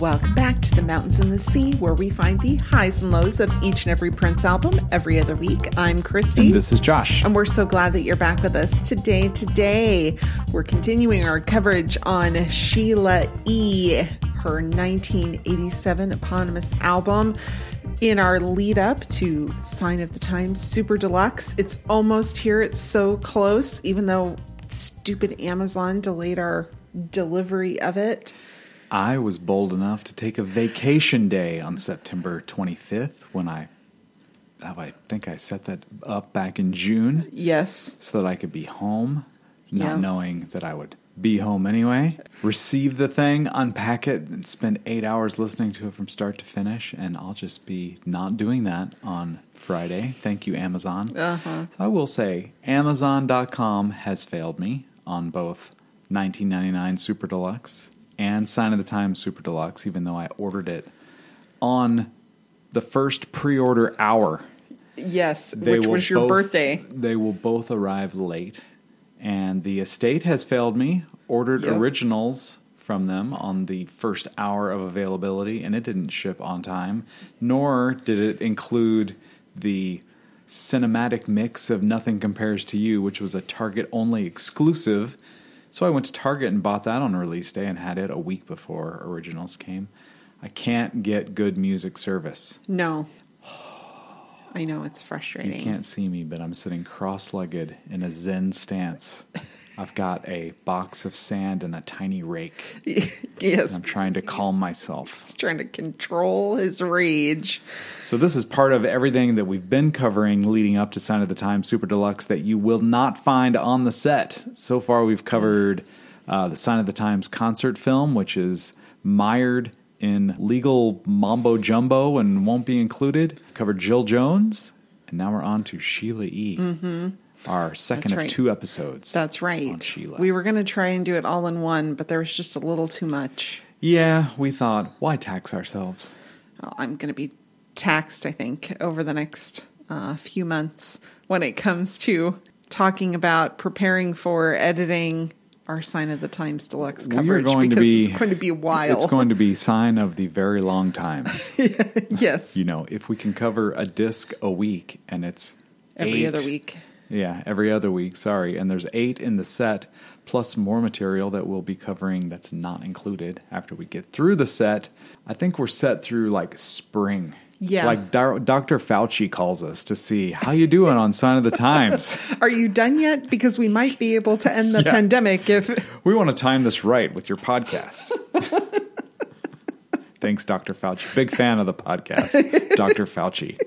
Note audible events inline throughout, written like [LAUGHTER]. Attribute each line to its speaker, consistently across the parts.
Speaker 1: Welcome back to the Mountains and the Sea, where we find the highs and lows of each and every Prince album every other week. I'm Christy.
Speaker 2: And this is Josh.
Speaker 1: And we're so glad that you're back with us today. Today, we're continuing our coverage on Sheila E., her 1987 eponymous album. In our lead up to Sign of the Times Super Deluxe, it's almost here. It's so close, even though stupid Amazon delayed our delivery of it.
Speaker 2: I was bold enough to take a vacation day on September 25th when I, oh, I think I set that up back in June
Speaker 1: Yes.
Speaker 2: so that I could be home, not
Speaker 1: Yeah.
Speaker 2: knowing that I would be home anyway. Receive the thing, unpack it, and spend eight hours listening to it from start to finish. And I'll just be not doing that on Friday. Thank you, Amazon. Uh-huh. So I will say Amazon.com has failed me on both 1999 Super Deluxe and Sign of the Times Super Deluxe, even though I ordered it on the first pre order hour
Speaker 1: Yes,
Speaker 2: they
Speaker 1: which
Speaker 2: will
Speaker 1: was your
Speaker 2: both-
Speaker 1: birthday.
Speaker 2: They will both arrive late, and the estate has failed me. Ordered
Speaker 1: Yep.
Speaker 2: originals from them on the first hour of availability, and it didn't ship on time. Nor did it include the cinematic mix of "Nothing Compares to You," which was a Target only exclusive. So I went to Target and bought that on release day and had it a week before originals came. I can't get good music service. [SIGHS]
Speaker 1: No. I know it's frustrating.
Speaker 2: You can't see me, but I'm sitting cross legged in a Zen stance. I've got a box of sand and a tiny rake.
Speaker 1: [LAUGHS] yes.
Speaker 2: I'm trying to calm myself.
Speaker 1: He's trying to control his rage.
Speaker 2: So, this is part of everything that we've been covering leading up to Sign of the Time Super Deluxe that you will not find on the set. So far, we've covered uh, the Sign of the Times concert film, which is mired in legal mambo jumbo and won't be included. Covered Jill Jones. And now we're on to Sheila E., our
Speaker 1: Mm-hmm.
Speaker 2: second
Speaker 1: That's
Speaker 2: of
Speaker 1: right.
Speaker 2: two episodes.
Speaker 1: That's
Speaker 2: On
Speaker 1: right.
Speaker 2: Sheila.
Speaker 1: We were going to try and do it all in one, but there was just a little too much.
Speaker 2: yeah, we thought, why tax ourselves?
Speaker 1: Well, I'm going to be taxed, I think, over the next uh, few months when it comes to talking about preparing for editing our Sign of the Times Deluxe
Speaker 2: We are
Speaker 1: coverage
Speaker 2: going to
Speaker 1: because
Speaker 2: be-
Speaker 1: it's going to be a while.
Speaker 2: It's going to be Sign of the Very Long Times.
Speaker 1: [LAUGHS] yes.
Speaker 2: you know, if we can cover a disc a week and it's
Speaker 1: Every
Speaker 2: eight-
Speaker 1: other week.
Speaker 2: Yeah, every other week, sorry. And there's eight in the set, plus more material that we'll be covering that's not included after we get through the set. I think we're set through like spring.
Speaker 1: Yeah.
Speaker 2: Like Dar- Dr. Fauci calls us to see how you doing on Sign of the
Speaker 1: [LAUGHS]
Speaker 2: Times.
Speaker 1: Are you done yet? Because we might be able to end the
Speaker 2: Yeah.
Speaker 1: pandemic if [LAUGHS]
Speaker 2: We want to time this right with your podcast. Thanks, Dr. Fauci. Big fan of the podcast, Dr. Fauci.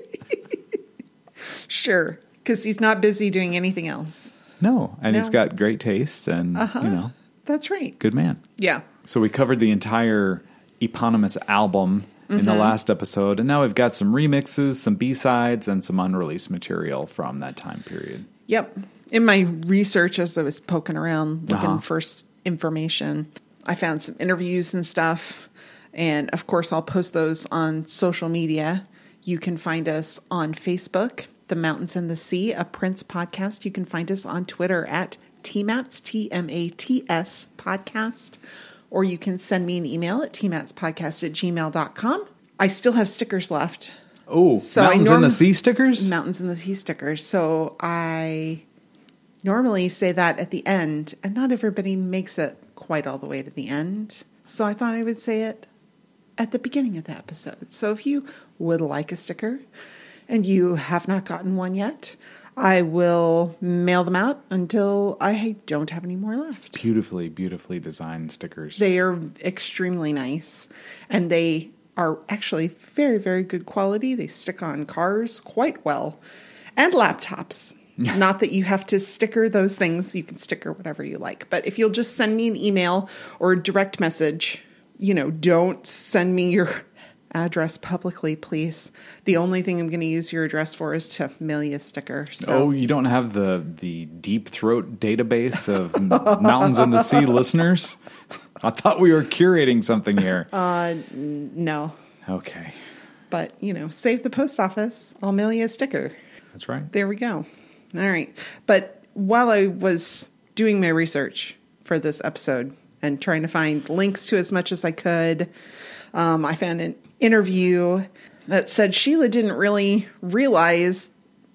Speaker 1: Sure, because he's not busy doing anything else.
Speaker 2: No, and he's
Speaker 1: No. Uh-huh.
Speaker 2: got great taste and, you know,
Speaker 1: That's right.
Speaker 2: good man.
Speaker 1: Yeah.
Speaker 2: So we covered the entire eponymous album in
Speaker 1: Mm-hmm.
Speaker 2: the last episode, and now we've got some remixes, some B sides, and some unreleased material from that time period.
Speaker 1: Yep. In my research, as I was poking around looking
Speaker 2: Uh-huh.
Speaker 1: for s- information, I found some interviews and stuff. And of course, I'll post those on social media. You can find us on Facebook, The Mountains and the Sea, a Prince podcast. You can find us on Twitter at TMATS, T M A T S podcast. Or you can send me an email at tmatspodcast at gmail.com. I still have stickers left.
Speaker 2: Oh,
Speaker 1: So I
Speaker 2: Mountains
Speaker 1: norm-
Speaker 2: in the Sea stickers?
Speaker 1: Mountains and the Sea stickers. So I normally say that at the end, and not everybody makes it quite all the way to the end. So I thought I would say it at the beginning of the episode. So if you would like a sticker and you have not gotten one yet, I will mail them out until I don't have any more left.
Speaker 2: Beautifully, beautifully designed stickers.
Speaker 1: They are extremely nice and they are actually very, very good quality. They stick on cars quite well and laptops. Not that you have to sticker those things, you can sticker whatever you like. But if you'll just send me an email or a direct message, you know, don't send me your address publicly, please. The only thing I'm going to use your address for is to mail you a sticker. So
Speaker 2: Oh, you don't have the the deep throat database of m- [LAUGHS] mountains in the sea listeners. I thought we were curating
Speaker 1: [LAUGHS]
Speaker 2: something here.
Speaker 1: Uh, no,
Speaker 2: okay,
Speaker 1: but you know, save the post office. I'll mail you a sticker.
Speaker 2: that's right.
Speaker 1: There we go. All right. But while I was doing my research for this episode and trying to find links to as much as I could, Um, I found an interview that said Sheila didn't really realize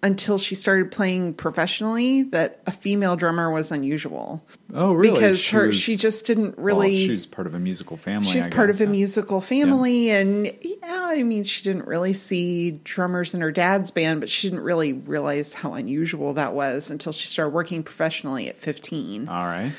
Speaker 1: until she started playing professionally that a female drummer was unusual
Speaker 2: Oh, really?
Speaker 1: because
Speaker 2: She
Speaker 1: her
Speaker 2: was-
Speaker 1: she just didn't
Speaker 2: well,
Speaker 1: really
Speaker 2: Oh, she's part of a musical family.
Speaker 1: she's
Speaker 2: I
Speaker 1: part
Speaker 2: guess,
Speaker 1: of a
Speaker 2: yeah.
Speaker 1: musical family and yeah i mean she didn't really see drummers in her dad's band but she didn't really realize how unusual that was until she started working professionally at 15
Speaker 2: All right.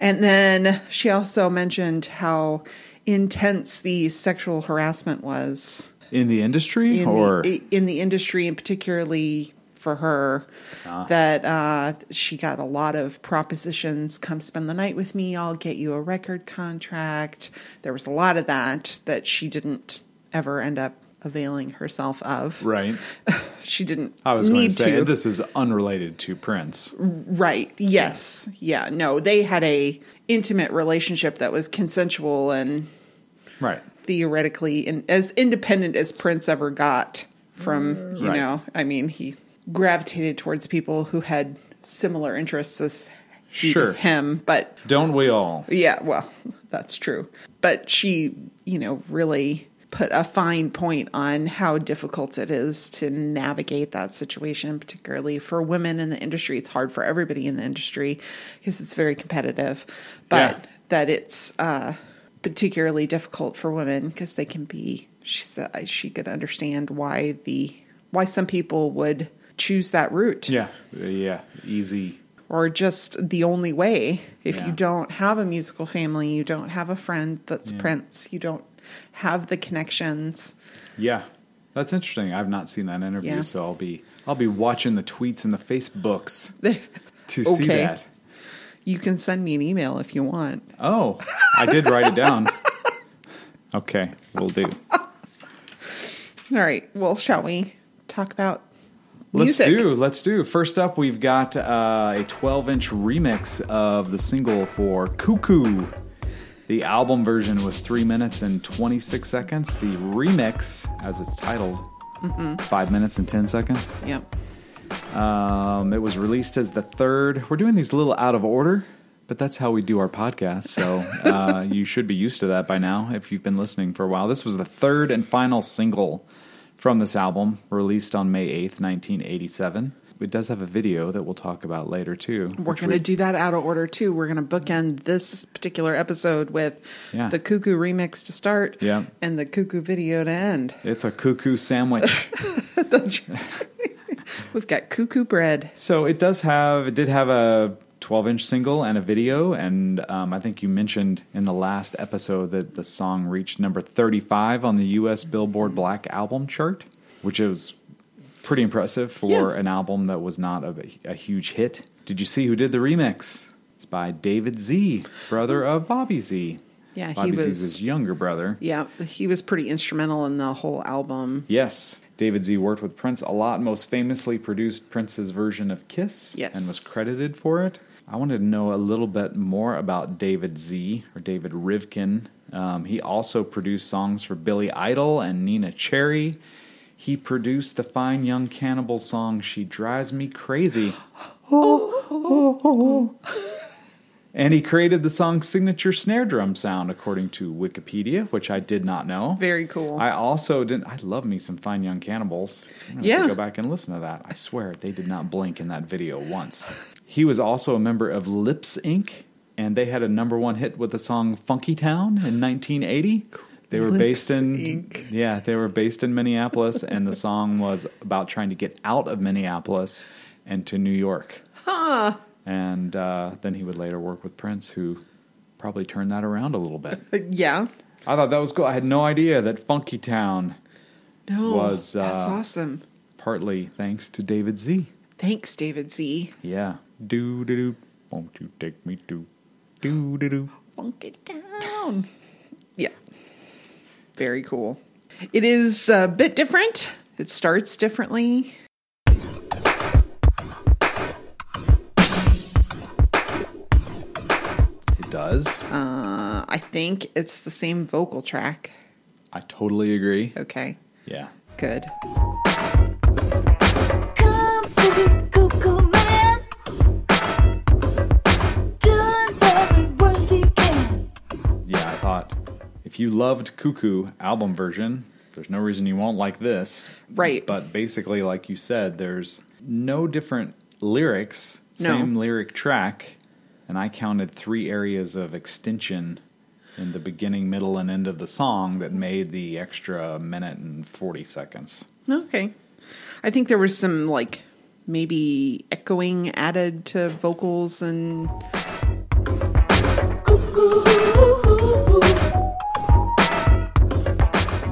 Speaker 1: and then she also mentioned how intense the sexual harassment was
Speaker 2: In the industry,
Speaker 1: in
Speaker 2: or
Speaker 1: the, in the industry and particularly for her
Speaker 2: Ah.
Speaker 1: that uh, she got a lot of propositions come spend the night with me i'll get you a record contract there was a lot of that that she didn't ever end up availing herself of
Speaker 2: right?
Speaker 1: she didn't
Speaker 2: I was going
Speaker 1: need
Speaker 2: to say
Speaker 1: to
Speaker 2: this is unrelated to Prince.
Speaker 1: Mm. right yes yeah no they had a intimate relationship that was consensual and
Speaker 2: Right.
Speaker 1: theoretically in, as independent as Prince ever got from, you
Speaker 2: Right.
Speaker 1: know, I mean, he gravitated towards people who had similar interests as he-
Speaker 2: Sure.
Speaker 1: him, but
Speaker 2: Don't we all?
Speaker 1: yeah, well, [LAUGHS] that's true. But she, you know, really put a fine point on how difficult it is to navigate that situation, particularly for women in the industry. It's hard for everybody in the industry because it's very competitive, but
Speaker 2: Yeah.
Speaker 1: that it's uh, particularly difficult for women because they can be. She said she could understand why the why some people would choose that route
Speaker 2: Yeah. Yeah. Easy.
Speaker 1: or just the only way. If
Speaker 2: Yeah.
Speaker 1: you don't have a musical family, you don't have a friend that's Prince, you don't have the connections. [LAUGHS]
Speaker 2: Yeah. That's interesting. I've not seen that interview,
Speaker 1: Yeah.
Speaker 2: so I'll be I'll be watching the tweets and the Facebooks to see
Speaker 1: Okay.
Speaker 2: that.
Speaker 1: you can send me an email if you want.
Speaker 2: Oh, I did write
Speaker 1: [LAUGHS]
Speaker 2: it down. Okay, we'll do.
Speaker 1: All right. Well, shall we talk about
Speaker 2: Let's
Speaker 1: music?
Speaker 2: do. Let's do. First up, we've got uh, a 12-inch remix of the single for "Cuckoo." The album version was three minutes and 26 seconds. The remix, as it's titled, five minutes and 10 seconds.
Speaker 1: Yep.
Speaker 2: Um, it was released as the third. We're doing these a little out of order, but that's how we do our podcast. So
Speaker 1: [LAUGHS]
Speaker 2: uh, you should be used to that by now if you've been listening for a while. This was the third and final single from this album, released on May 8th, 1987. It does have a video that we'll talk about later, too.
Speaker 1: We're
Speaker 2: which
Speaker 1: going to
Speaker 2: we-
Speaker 1: do that out of order too. We're going to bookend this particular episode with
Speaker 2: Yeah.
Speaker 1: the Cuckoo remix to start
Speaker 2: Yeah.
Speaker 1: and the Cuckoo video to end.
Speaker 2: It's a cuckoo sandwich.
Speaker 1: That's right. We've got Cuckoo bread.
Speaker 2: So it does have it did have a 12 inch single and a video, and um, I think you mentioned in the last episode that the song reached number 35 on the U.S. Billboard Black Album chart, which is pretty impressive for
Speaker 1: Yeah.
Speaker 2: an album that was not a, a huge hit. Did you see who did the remix? It's by David Z, brother of Bobby Z.
Speaker 1: Yeah, he
Speaker 2: Bobby
Speaker 1: was-
Speaker 2: Z's his younger brother.
Speaker 1: Yeah, he was pretty instrumental in the whole album.
Speaker 2: Yes, David Z worked with Prince a lot, most famously produced Prince's version of Kiss
Speaker 1: Yes.
Speaker 2: and was credited for it. I wanted to know a little bit more about David Z or David Rivkin. Um, he also produced songs for Billy Idol and Nina Cherry. He produced the Fine Young Cannibal song She Drives Me Crazy. and he created the song's signature snare drum sound, according to Wikipedia, which I did not know.
Speaker 1: Very cool.
Speaker 2: I also didn't. I love me some Fine Young Cannibals. I'm gonna have
Speaker 1: Yeah.
Speaker 2: to go back and listen to that. I swear they did not blink in that video once. He was also a member of Lips Inc. and they had a number one hit with the song "Funky Town" in 1980. They were
Speaker 1: Lips
Speaker 2: based in
Speaker 1: Inc.
Speaker 2: yeah, they were based in Minneapolis, and the song was about trying to get out of Minneapolis and to New York. And uh, then he would later work with Prince, who probably turned that around a little bit.
Speaker 1: Uh, yeah.
Speaker 2: I thought that was cool. I had no idea that Funky Town
Speaker 1: No.
Speaker 2: was,
Speaker 1: that's
Speaker 2: uh,
Speaker 1: awesome.
Speaker 2: partly thanks to David Z.
Speaker 1: Thanks, David Z.
Speaker 2: Yeah. Do do do. Won't you take me to? Do do do.
Speaker 1: Funk it down. Yeah. Very cool. It is a bit different. It starts differently.
Speaker 2: It does.
Speaker 1: Uh, I think it's the same vocal track.
Speaker 2: I totally agree.
Speaker 1: Okay.
Speaker 2: Yeah.
Speaker 1: Good.
Speaker 3: Come see Cuckoo Man doing very worst he can.
Speaker 2: Yeah. I thought if you you loved Cuckoo album version, there's no reason you won't like this.
Speaker 1: Right.
Speaker 2: But basically, like you said, there's no different lyrics,
Speaker 1: No.
Speaker 2: same lyric track. And I counted three areas of extension in the beginning, middle, and end of the song that made the extra minute and 40 seconds.
Speaker 1: Okay. I think there was some like maybe echoing added to vocals and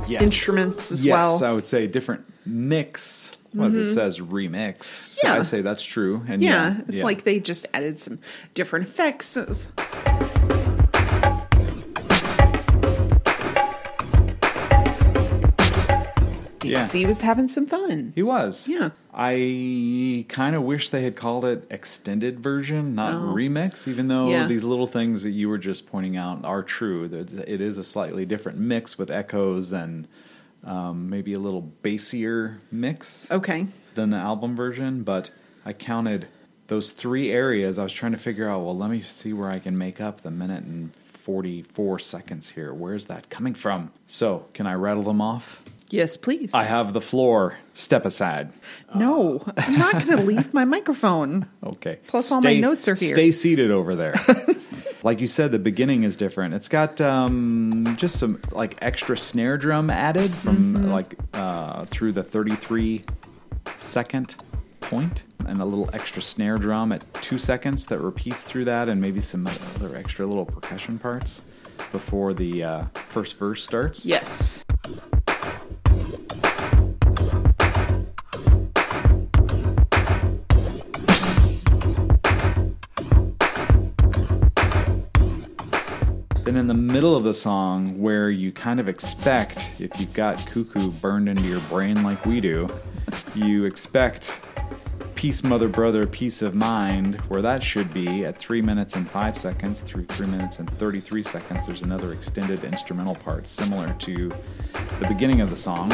Speaker 2: Yes.
Speaker 1: Instruments as
Speaker 2: yes,
Speaker 1: well. Mm-hmm.
Speaker 2: I would say different mix. Well, as it says remix. So
Speaker 1: Yeah.
Speaker 2: I'd say that's true. And
Speaker 1: yeah,
Speaker 2: yeah,
Speaker 1: it's
Speaker 2: yeah.
Speaker 1: like they just added some different effects. It's-
Speaker 2: Yeah.
Speaker 1: Dixie was having some fun.
Speaker 2: He was.
Speaker 1: Yeah.
Speaker 2: I kind of wish they had called it extended version, not
Speaker 1: Oh.
Speaker 2: remix, even though
Speaker 1: Yeah.
Speaker 2: these little things that you were just pointing out are true. There's- It is a slightly different mix with echoes and um, maybe a little bassier mix
Speaker 1: Okay.
Speaker 2: than the album version, but I counted those three areas. I was trying to figure out, well, let me see where I can make up the minute and 44 seconds here. Where's that coming from? So, can I rattle them off?
Speaker 1: Yes, please.
Speaker 2: I uh, have the floor. Step aside.
Speaker 1: no, I'm not going to [LAUGHS] leave my microphone.
Speaker 2: Okay.
Speaker 1: Plus all my notes are here.
Speaker 2: Stay seated over
Speaker 1: [LAUGHS]
Speaker 2: there. like you said, the beginning is different. It's got um, just some like extra snare drum added from
Speaker 1: Mm-hmm.
Speaker 2: like uh, through the 33 second point and a little extra snare drum at two seconds that repeats through that and maybe some other extra little percussion parts before the uh, first verse starts.
Speaker 1: Yes.
Speaker 2: Then in the middle of the song, where you kind of expect, if you've got cuckoo burned into your brain like we do, you expect peace, mother, brother, peace of mind, where that should be at three minutes and five seconds through three minutes and 33 seconds. There's another extended instrumental part similar to the beginning of the song.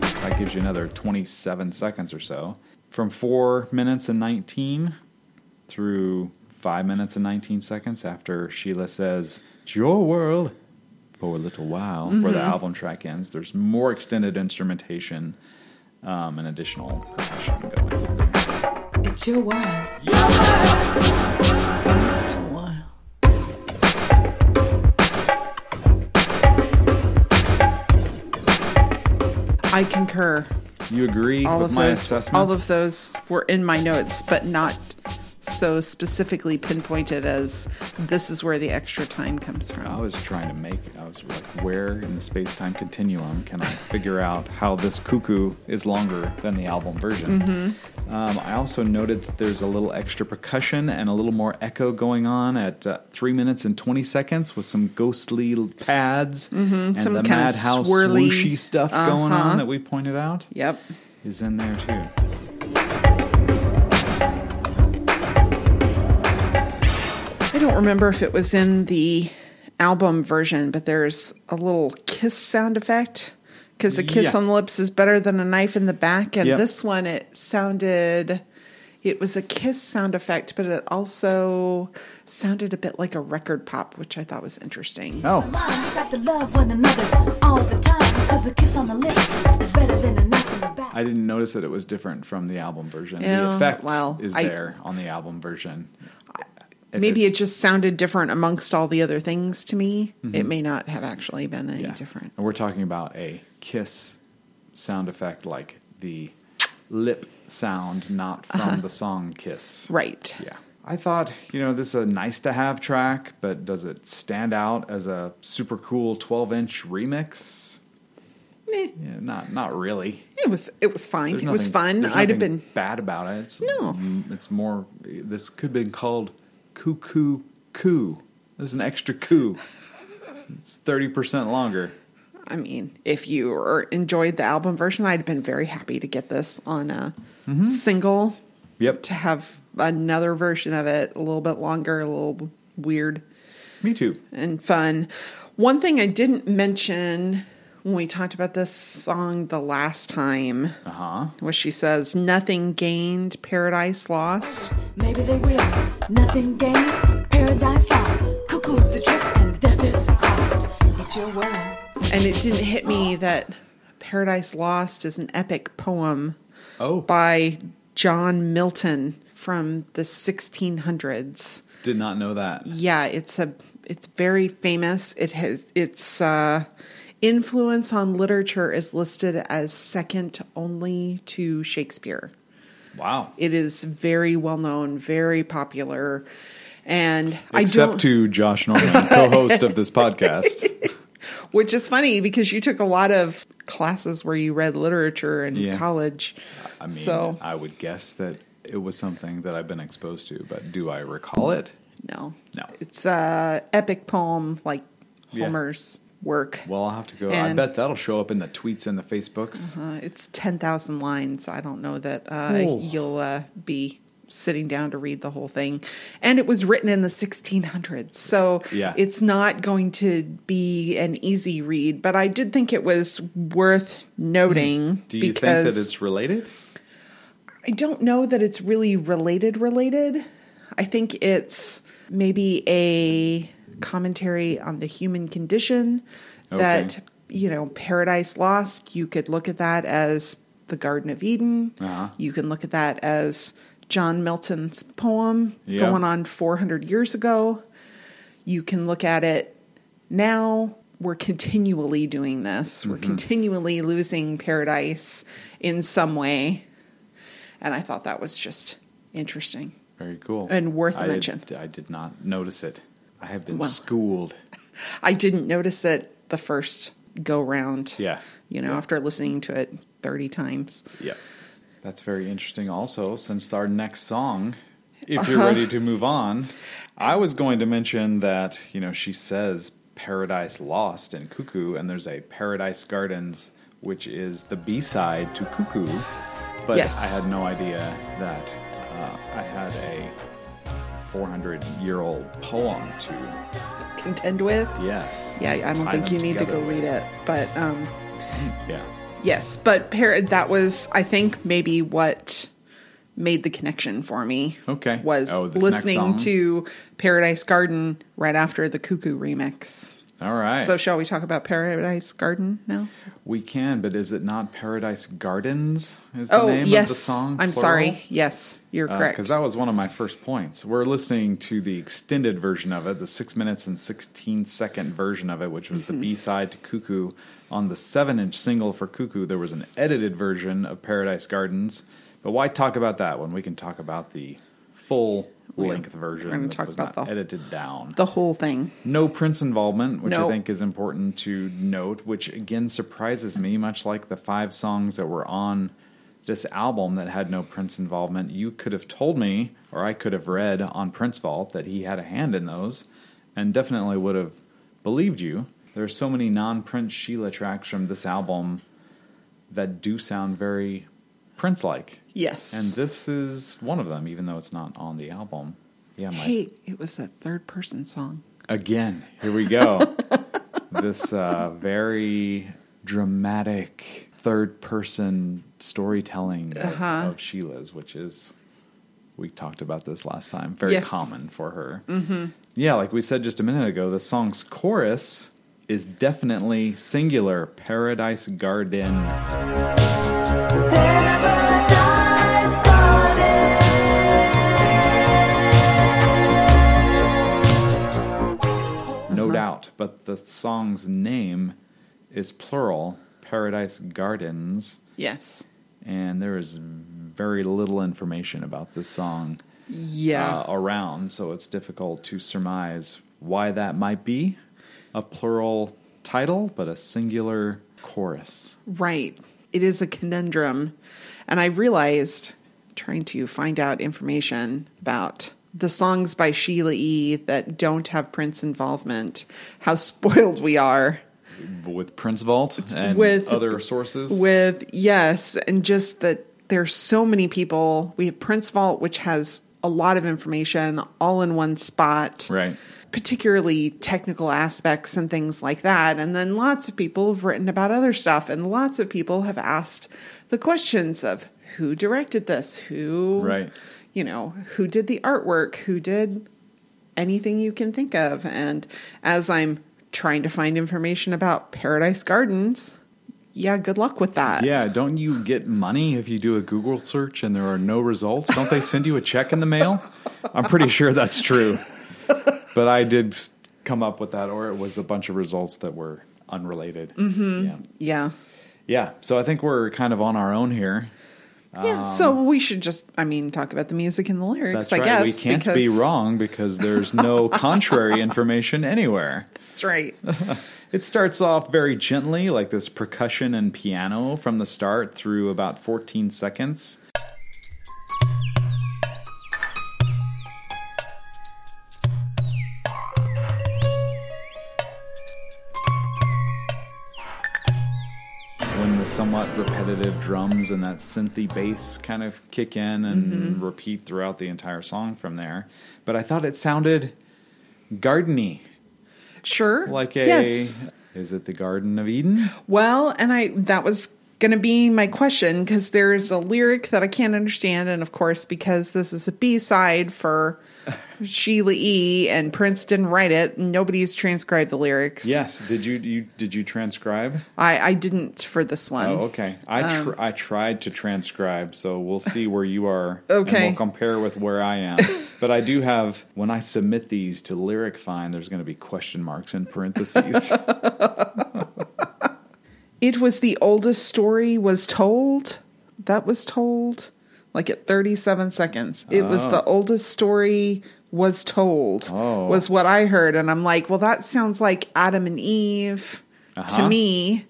Speaker 2: That gives you another 27 seconds or so. From 4 minutes and 19 through 5 minutes and 19 seconds after Sheila says, It's your world for a little while, where
Speaker 1: Mm-hmm.
Speaker 2: the album track ends, there's more extended instrumentation um, and additional percussion going.
Speaker 4: It's your world. It's your world.
Speaker 1: I concur.
Speaker 2: You agree
Speaker 1: All
Speaker 2: with
Speaker 1: of
Speaker 2: my
Speaker 1: those
Speaker 2: assessment?
Speaker 1: all of those were in my notes, but not so specifically pinpointed as this is where the extra time comes from.
Speaker 2: I was trying to make, I was like, where in the space time continuum can I figure out how this cuckoo is longer than the album version?
Speaker 1: Mm-hmm.
Speaker 2: Um, I also noted that there's a little extra percussion and a little more echo going on at uh, three minutes and 20 seconds with some ghostly pads and
Speaker 1: Mm-hmm. some
Speaker 2: the
Speaker 1: kind of
Speaker 2: madhouse
Speaker 1: swirly- Uh-huh.
Speaker 2: swooshy stuff going on that we pointed out
Speaker 1: Yep.
Speaker 2: is in there too.
Speaker 1: I don't remember if it was in the album version, but there's a little kiss sound effect because the kiss
Speaker 2: Yeah.
Speaker 1: on the lips is better than a knife in the back. And
Speaker 2: Yep.
Speaker 1: this one, it sounded, it was a kiss sound effect, but it also sounded a bit like a record pop, which I thought was interesting.
Speaker 2: Oh,
Speaker 3: Got to love one another all the time. Cause a kiss on the lips is better than a knife in the back.
Speaker 2: I didn't notice that it was different from the album version. the
Speaker 1: Yeah,
Speaker 2: effect
Speaker 1: well,
Speaker 2: is
Speaker 1: I-
Speaker 2: there on the album version. If
Speaker 1: Maybe
Speaker 2: it's- Mm-hmm.
Speaker 1: it just sounded different amongst all the other things to me. It may not have actually been any
Speaker 2: Yeah.
Speaker 1: different.
Speaker 2: And we're talking about a kiss sound effect, like the lip sound, not from the song Kiss.
Speaker 1: Uh-huh. Right.
Speaker 2: Yeah. I thought, you know, this is a nice to have track, but does it stand out as a super cool 12 inch remix?
Speaker 1: Eh,
Speaker 2: Yeah, not, not really.
Speaker 1: it was it was fine.
Speaker 2: There's
Speaker 1: it was
Speaker 2: nothing-
Speaker 1: fun.
Speaker 2: there's
Speaker 1: I'd have
Speaker 2: nothing
Speaker 1: been
Speaker 2: bad about it. It's,
Speaker 1: No.
Speaker 2: mm, It's more, this could have been called Cuckoo Coo. There's an extra coo. It's 30% longer.
Speaker 1: I mean, if you or enjoyed the album version, I'd have been very happy to get this on a single
Speaker 2: Yep.
Speaker 1: to have another version of it a little bit longer, a little weird
Speaker 2: Me too.
Speaker 1: and fun. One thing I didn't mention when we talked about this song the last time,
Speaker 2: Uh huh.
Speaker 1: where she says, Nothing gained, paradise lost.
Speaker 3: Maybe they will. Nothing gained, paradise lost. Cuckoo's the trip and death is the cost. It's your world.
Speaker 1: And it didn't hit me that Paradise Lost is an epic poem
Speaker 2: Oh.
Speaker 1: by John Milton from the 1600s.
Speaker 2: Did not know that.
Speaker 1: Yeah, it's a it's very famous. It has its uh, influence on literature is listed as second only to Shakespeare.
Speaker 2: Wow.
Speaker 1: It is very well known, very popular, and I
Speaker 2: Except
Speaker 1: don't.
Speaker 2: to Josh
Speaker 1: [LAUGHS]
Speaker 2: Norman, co-host of this podcast.
Speaker 1: Which is funny because you took a lot of classes where you read literature in
Speaker 2: Yeah.
Speaker 1: college.
Speaker 2: I mean,
Speaker 1: so
Speaker 2: I would guess that it was something that I've been exposed to, but do I recall it?
Speaker 1: no,
Speaker 2: No.
Speaker 1: it's a epic poem like
Speaker 2: Yeah.
Speaker 1: Homer's work.
Speaker 2: Well, I'll have to go. I
Speaker 1: And-
Speaker 2: bet that'll show up in the tweets and the Facebooks.
Speaker 1: Uh, it's ten thousand lines. I don't know that uh,
Speaker 2: Oh.
Speaker 1: you'll uh, be sitting down to read the whole thing. And it was written in the 1600s, so
Speaker 2: Yeah.
Speaker 1: it's not going to be an easy read. But I did think it was worth noting.
Speaker 2: Hmm. Do you
Speaker 1: because
Speaker 2: think that it's related?
Speaker 1: I don't know that it's really related related. I think it's maybe a commentary on the human condition that
Speaker 2: Okay.
Speaker 1: you know, Paradise Lost, you could look at that as the Garden of Eden.
Speaker 2: Uh-huh.
Speaker 1: You can look at that as John Milton's poem
Speaker 2: Yeah.
Speaker 1: going on 400 years ago. You can look at it now. We're continually doing this. We're
Speaker 2: Mm-hmm.
Speaker 1: continually losing paradise in some way. And I thought that was just interesting.
Speaker 2: Very cool.
Speaker 1: And worth a
Speaker 2: I did-
Speaker 1: mention.
Speaker 2: I did not notice it. I have been
Speaker 1: Well.
Speaker 2: schooled.
Speaker 1: I didn't notice it the first go round.
Speaker 2: Yeah.
Speaker 1: You know, after listening to it 30 times.
Speaker 2: Yeah. That's very interesting also, since our next song, if
Speaker 1: Uh-huh.
Speaker 2: you're ready to move on, I was going to mention that, you know, she says Paradise Lost in Cuckoo, and there's a Paradise Gardens, which is the B side to Cuckoo. But
Speaker 1: Yes.
Speaker 2: I had no idea that uh, I had a 400 year old poem to,
Speaker 1: Contend with.
Speaker 2: yes.
Speaker 1: Yeah, I don't
Speaker 2: tie
Speaker 1: think
Speaker 2: them
Speaker 1: you need to go
Speaker 2: together
Speaker 1: read
Speaker 2: with.
Speaker 1: it. But um,
Speaker 2: Yeah.
Speaker 1: yes, but par- that was, I think, maybe what made the connection for me.
Speaker 2: Okay.
Speaker 1: Was
Speaker 2: Oh, this next
Speaker 1: listening
Speaker 2: song?
Speaker 1: to Paradise Garden right after the Cuckoo remix.
Speaker 2: All right.
Speaker 1: So, shall we talk about Paradise Garden now?
Speaker 2: We can, but is it not Paradise Gardens? Is the
Speaker 1: oh,
Speaker 2: name
Speaker 1: yes.
Speaker 2: of the song?
Speaker 1: I'm sorry. Yes, you're correct.
Speaker 2: Because that was one of my first points. We're listening to the extended version of it, the six minutes and 16 second version of it, which was
Speaker 1: Mm-hmm.
Speaker 2: the B side to Cuckoo. On the seven inch single for Cuckoo, there was an edited version of Paradise Gardens. But why talk about that when we can talk about the full length version
Speaker 1: gonna
Speaker 2: that
Speaker 1: talk
Speaker 2: was
Speaker 1: about
Speaker 2: not
Speaker 1: the-
Speaker 2: edited down?
Speaker 1: the whole thing.
Speaker 2: No Prince involvement, which I
Speaker 1: No.
Speaker 2: think is important to note, which again surprises me, much like the five songs that were on this album that had no Prince involvement. You could have told me, or I could have read on Prince Vault that he had a hand in those, and definitely would have believed you. There are so many non Prince Sheila tracks from this album that do sound very Prince like.
Speaker 1: Yes.
Speaker 2: And this is one of them, even though it's not on the album. Yeah, my
Speaker 1: hey, it was a third person song.
Speaker 2: Again, here we go. this uh, very dramatic third person storytelling of, of Sheila's, which is, we talked about this last time, very
Speaker 1: Yes.
Speaker 2: common for her. Mm-hmm. Yeah, like we said just a minute ago, the song's chorus is definitely singular Paradise Garden.
Speaker 3: Paradise garden.
Speaker 2: no doubt. But the song's name is plural Paradise Gardens.
Speaker 1: Yes.
Speaker 2: and there is very little information about this song
Speaker 1: Yeah.
Speaker 2: uh, around, so it's difficult to surmise why that might be. A plural title, but a singular chorus.
Speaker 1: Right. It is a conundrum. And I realized trying to find out information about the songs by Sheila E. that don't have Prince involvement, how [LAUGHS] spoiled we are
Speaker 2: With Prince Vault and
Speaker 1: with-
Speaker 2: other sources.
Speaker 1: with yes, and just that there's so many people. We have Prince Vault, which has a lot of information all in one spot.
Speaker 2: right.
Speaker 1: particularly technical aspects and things like that. And then lots of people have written about other stuff, and lots of people have asked the questions of who directed this, who,
Speaker 2: Right.
Speaker 1: you know, who did the artwork, who did anything you can think of. And as I'm trying to find information about Paradise Gardens, yeah, good luck with that.
Speaker 2: Yeah, don't you get money if you do a Google search and there are no results? Don't they send you a check in the mail? I'm pretty sure
Speaker 1: [LAUGHS]
Speaker 2: that's true. But I did s- come up with that, or it was a bunch of results that were unrelated. Mm-hmm. Yeah.
Speaker 1: Yeah.
Speaker 2: yeah, so I think we're kind of on our own here.
Speaker 1: Yeah, so we should just, I mean, talk about the music and the lyrics,
Speaker 2: Um, That's
Speaker 1: I
Speaker 2: right.
Speaker 1: guess.
Speaker 2: we can't
Speaker 1: because,
Speaker 2: be wrong because
Speaker 1: [LAUGHS]
Speaker 2: there's no contrary information anywhere.
Speaker 1: That's right. [LAUGHS]
Speaker 2: It starts off very gently, like this percussion and piano from the start through about 14 seconds. When the somewhat repetitive drums and that synthy bass kind of kick in and repeat throughout the entire song from there. But I thought it sounded gardeny
Speaker 1: Sure.
Speaker 2: like a
Speaker 1: Yes.
Speaker 2: is it the garden of eden
Speaker 1: Well, and I that was going to be my question because there's a lyric that I can't understand, and of course because this is a B side
Speaker 2: [LAUGHS]
Speaker 1: for Sheila E. and Prince didn't write it, nobody's transcribed the lyrics.
Speaker 2: yes did you, you did you transcribe
Speaker 1: I I didn't for this one.
Speaker 2: oh okay i tr-
Speaker 1: um,
Speaker 2: i tried to transcribe so we'll see where you are
Speaker 1: Okay.
Speaker 2: and we'll compare with where i
Speaker 1: [LAUGHS]
Speaker 2: am but i do have when i submit these to lyric find there's going to be question marks in
Speaker 1: [LAUGHS]
Speaker 2: parentheses
Speaker 1: It was the oldest story was told. That was told like at 37 seconds. It was the oldest story was told,
Speaker 2: Oh.
Speaker 1: was what I heard. And I'm like, well, that sounds like Adam and Eve to
Speaker 2: Uh-huh.
Speaker 1: me.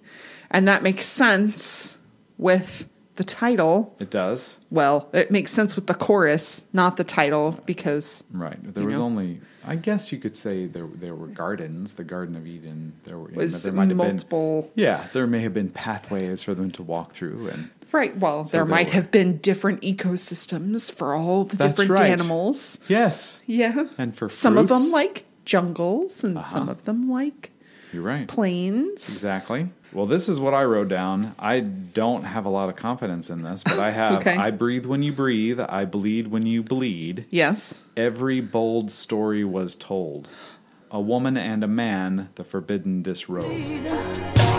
Speaker 1: And that makes sense with the title.
Speaker 2: it does
Speaker 1: Well, it makes sense with the chorus, not the title, because
Speaker 2: right there
Speaker 1: You
Speaker 2: was
Speaker 1: know?
Speaker 2: only i guess you could say there there were gardens the garden of eden there were
Speaker 1: Was
Speaker 2: there might have been-
Speaker 1: multiple-
Speaker 2: yeah there may have been pathways for them to walk through and
Speaker 1: Right. Well, there
Speaker 2: they
Speaker 1: might
Speaker 2: were-
Speaker 1: have been different ecosystems for all the
Speaker 2: That's
Speaker 1: different
Speaker 2: right.
Speaker 1: animals.
Speaker 2: yes
Speaker 1: Yeah.
Speaker 2: And for
Speaker 1: some of them
Speaker 2: fruits?
Speaker 1: like jungles and some of them like
Speaker 2: you're right
Speaker 1: plains.
Speaker 2: Exactly. Well, this is what I wrote down. I don't have a lot of confidence in this, but I have
Speaker 1: Okay.
Speaker 2: I breathe when you breathe, I bleed when you bleed.
Speaker 1: Yes.
Speaker 2: Every bold story was told. A woman and a man, the forbidden disrobe.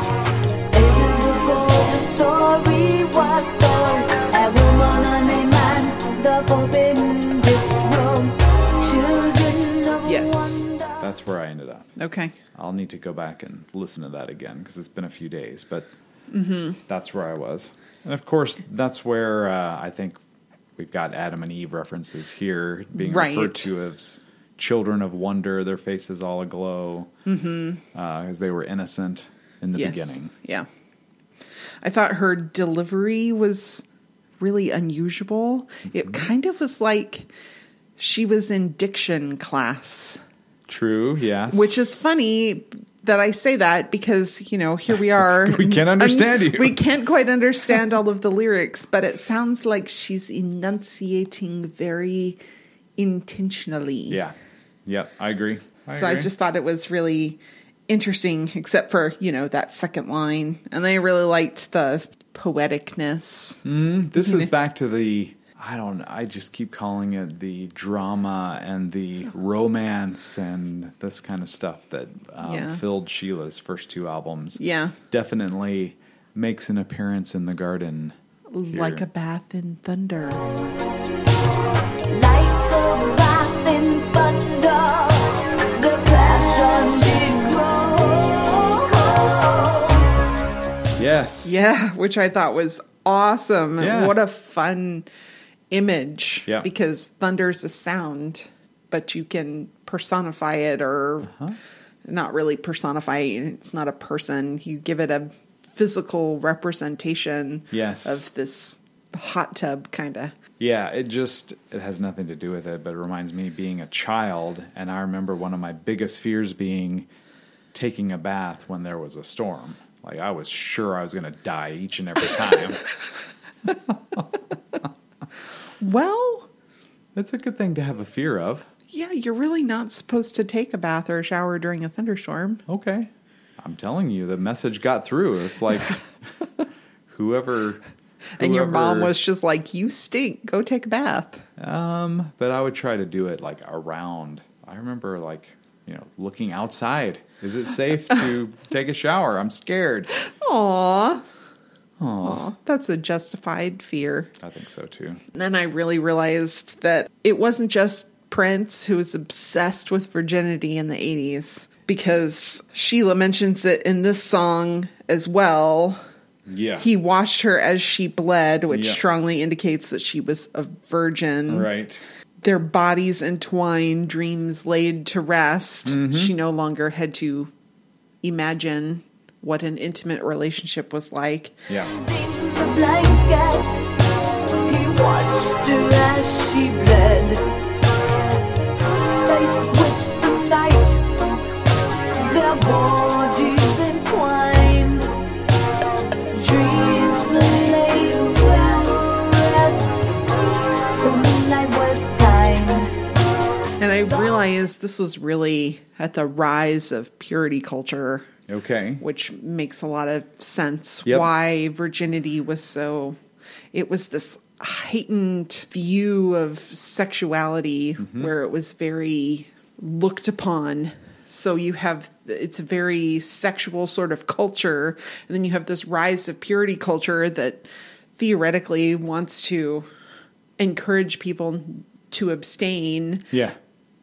Speaker 3: Ages ago, the story was told. A woman and a man, the forbidden disrobe. Children of
Speaker 1: Yes.
Speaker 3: wonder.
Speaker 2: That's where I ended up.
Speaker 1: Okay.
Speaker 2: I'll need to go back and listen to that again because it's been a few days, but
Speaker 1: Mm-hmm.
Speaker 2: that's where I was. And of course, that's where uh, I think we've got Adam and Eve references here being
Speaker 1: Right.
Speaker 2: referred to as children of wonder, their faces all aglow because mm-hmm. they were innocent in the
Speaker 1: yes.
Speaker 2: beginning.
Speaker 1: Yeah. I thought her delivery was really unusual. It
Speaker 2: Mm-hmm.
Speaker 1: kind of was like she was in diction class,
Speaker 2: True, yes.
Speaker 1: which is funny that I say that because, you know,
Speaker 2: [LAUGHS]
Speaker 1: here we are.
Speaker 2: We can't understand
Speaker 1: and
Speaker 2: you.
Speaker 1: We can't quite understand all of the lyrics, but it sounds like she's enunciating very intentionally.
Speaker 2: yeah, yep, I agree.
Speaker 1: so I
Speaker 2: agree.
Speaker 1: just thought it was really interesting, except for, you know, that second line. And I really liked the poeticness.
Speaker 2: Mm-hmm. Mm, This
Speaker 1: Mm-hmm.
Speaker 2: is back to the I don't I just keep calling it the drama and the romance and this kind of stuff that um,
Speaker 1: Yeah.
Speaker 2: filled Sheila's first two albums.
Speaker 1: Yeah.
Speaker 2: Definitely makes an appearance in the garden. here.
Speaker 1: Like a bath in thunder.
Speaker 3: Like a bath in thunder, the passion did grow.
Speaker 2: Yes.
Speaker 1: Yeah, which I thought was awesome.
Speaker 2: Yeah.
Speaker 1: What a fun image.
Speaker 2: Yeah.
Speaker 1: Because thunder's a sound, but you can personify it or
Speaker 2: Uh-huh.
Speaker 1: not really personify it. It's not a person. You give it a physical representation
Speaker 2: Yes.
Speaker 1: of this hot tub kind of.
Speaker 2: Yeah, it just it has nothing to do with it, but it reminds me of being a child and I remember one of my biggest fears being taking a bath when there was a storm. Like I was sure I was going to die each and every
Speaker 1: [LAUGHS]
Speaker 2: time.
Speaker 1: Well,
Speaker 2: That's a good thing to have a fear of.
Speaker 1: Yeah, you're really not supposed to take a bath or a shower during a thunderstorm.
Speaker 2: Okay. I'm telling you, the message got through. It's [LAUGHS] like whoever,
Speaker 1: And your mom
Speaker 2: whoever-
Speaker 1: was just like, "You stink. Go take a bath."
Speaker 2: Um, but I would try to do it like around. I remember like you know looking outside. Is it safe
Speaker 1: [LAUGHS]
Speaker 2: to take a shower? I'm scared.
Speaker 1: Aw. Aw, that's a justified fear.
Speaker 2: I think so too.
Speaker 1: And then I really realized that it wasn't just Prince who was obsessed with virginity in the 80s because Sheila mentions it in this song as well.
Speaker 2: Yeah.
Speaker 1: He washed her as she bled, which
Speaker 2: Yeah.
Speaker 1: strongly indicates that she was a virgin.
Speaker 2: right.
Speaker 1: Their bodies entwined, dreams laid to rest. She no longer had to imagine what an intimate relationship was like.
Speaker 2: Yeah.
Speaker 3: Beneath the blanket, he watched her as she bled. Faced with the night, their bodies entwined. Dreams lay to rest. The moonlight was kind.
Speaker 1: And I realized this was really at the rise of purity culture,
Speaker 2: Okay.
Speaker 1: which makes a lot of sense
Speaker 2: Yep.
Speaker 1: why virginity was so. It was this heightened view of sexuality where it was very looked upon. So you have it's a very sexual sort of culture, and then you have this rise of purity culture that theoretically wants to encourage people to abstain
Speaker 2: Yeah.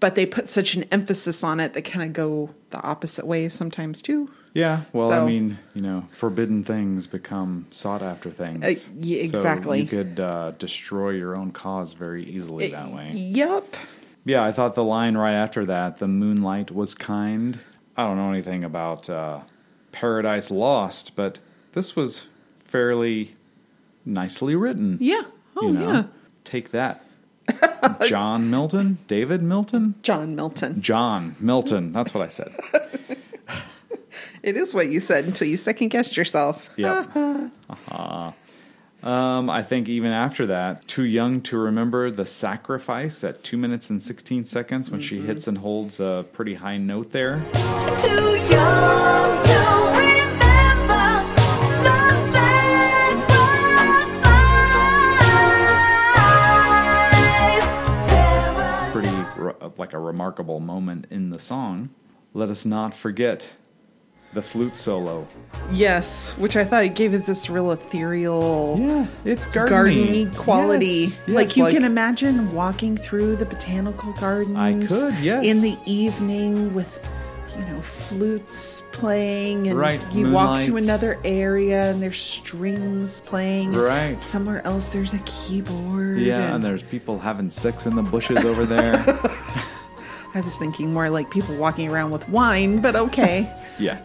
Speaker 1: but they put such an emphasis on it that kind of go the opposite way sometimes too.
Speaker 2: Yeah. Well, I
Speaker 1: So-
Speaker 2: mean, you know, forbidden things become sought after things.
Speaker 1: Uh, y- exactly. Uh,
Speaker 2: So you could uh, destroy your own cause very easily that way.
Speaker 1: Yep.
Speaker 2: Yeah, I thought the line right after that, the moonlight was kind. I don't know anything about uh, Paradise Lost, but this was fairly nicely written.
Speaker 1: Yeah.
Speaker 2: you
Speaker 1: Oh
Speaker 2: know?
Speaker 1: yeah.
Speaker 2: Take
Speaker 1: [LAUGHS]
Speaker 2: that. John Milton? David Milton?
Speaker 1: John Milton.
Speaker 2: John Milton. That's what
Speaker 1: [LAUGHS]
Speaker 2: I said.
Speaker 1: It is what you said until you second guessed yourself.
Speaker 2: Yep. Uh-huh. Um, I think even after that, Too Young to Remember the Sacrifice at 2 minutes and 16 seconds when
Speaker 1: Mm-hmm.
Speaker 2: she hits and holds a pretty high note there.
Speaker 3: Too young to remember the sacrifice.
Speaker 2: pretty re- like a remarkable moment in the song. Let us not forget the flute solo.
Speaker 1: Yes, which I thought it gave it this real ethereal
Speaker 2: Yeah, it's
Speaker 1: gardeny
Speaker 2: gardening
Speaker 1: quality. like you can imagine walking through the botanical gardens.
Speaker 2: could, yes.
Speaker 1: In the evening with you know flutes playing and
Speaker 2: Right,
Speaker 1: you walk to
Speaker 2: moonlights.
Speaker 1: another area and there's strings playing.
Speaker 2: Right.
Speaker 1: Somewhere else there's a keyboard.
Speaker 2: Yeah, and there's people having sex in the bushes
Speaker 1: [LAUGHS]
Speaker 2: over there.
Speaker 1: I was thinking more like people walking around with wine, but okay.
Speaker 2: yeah,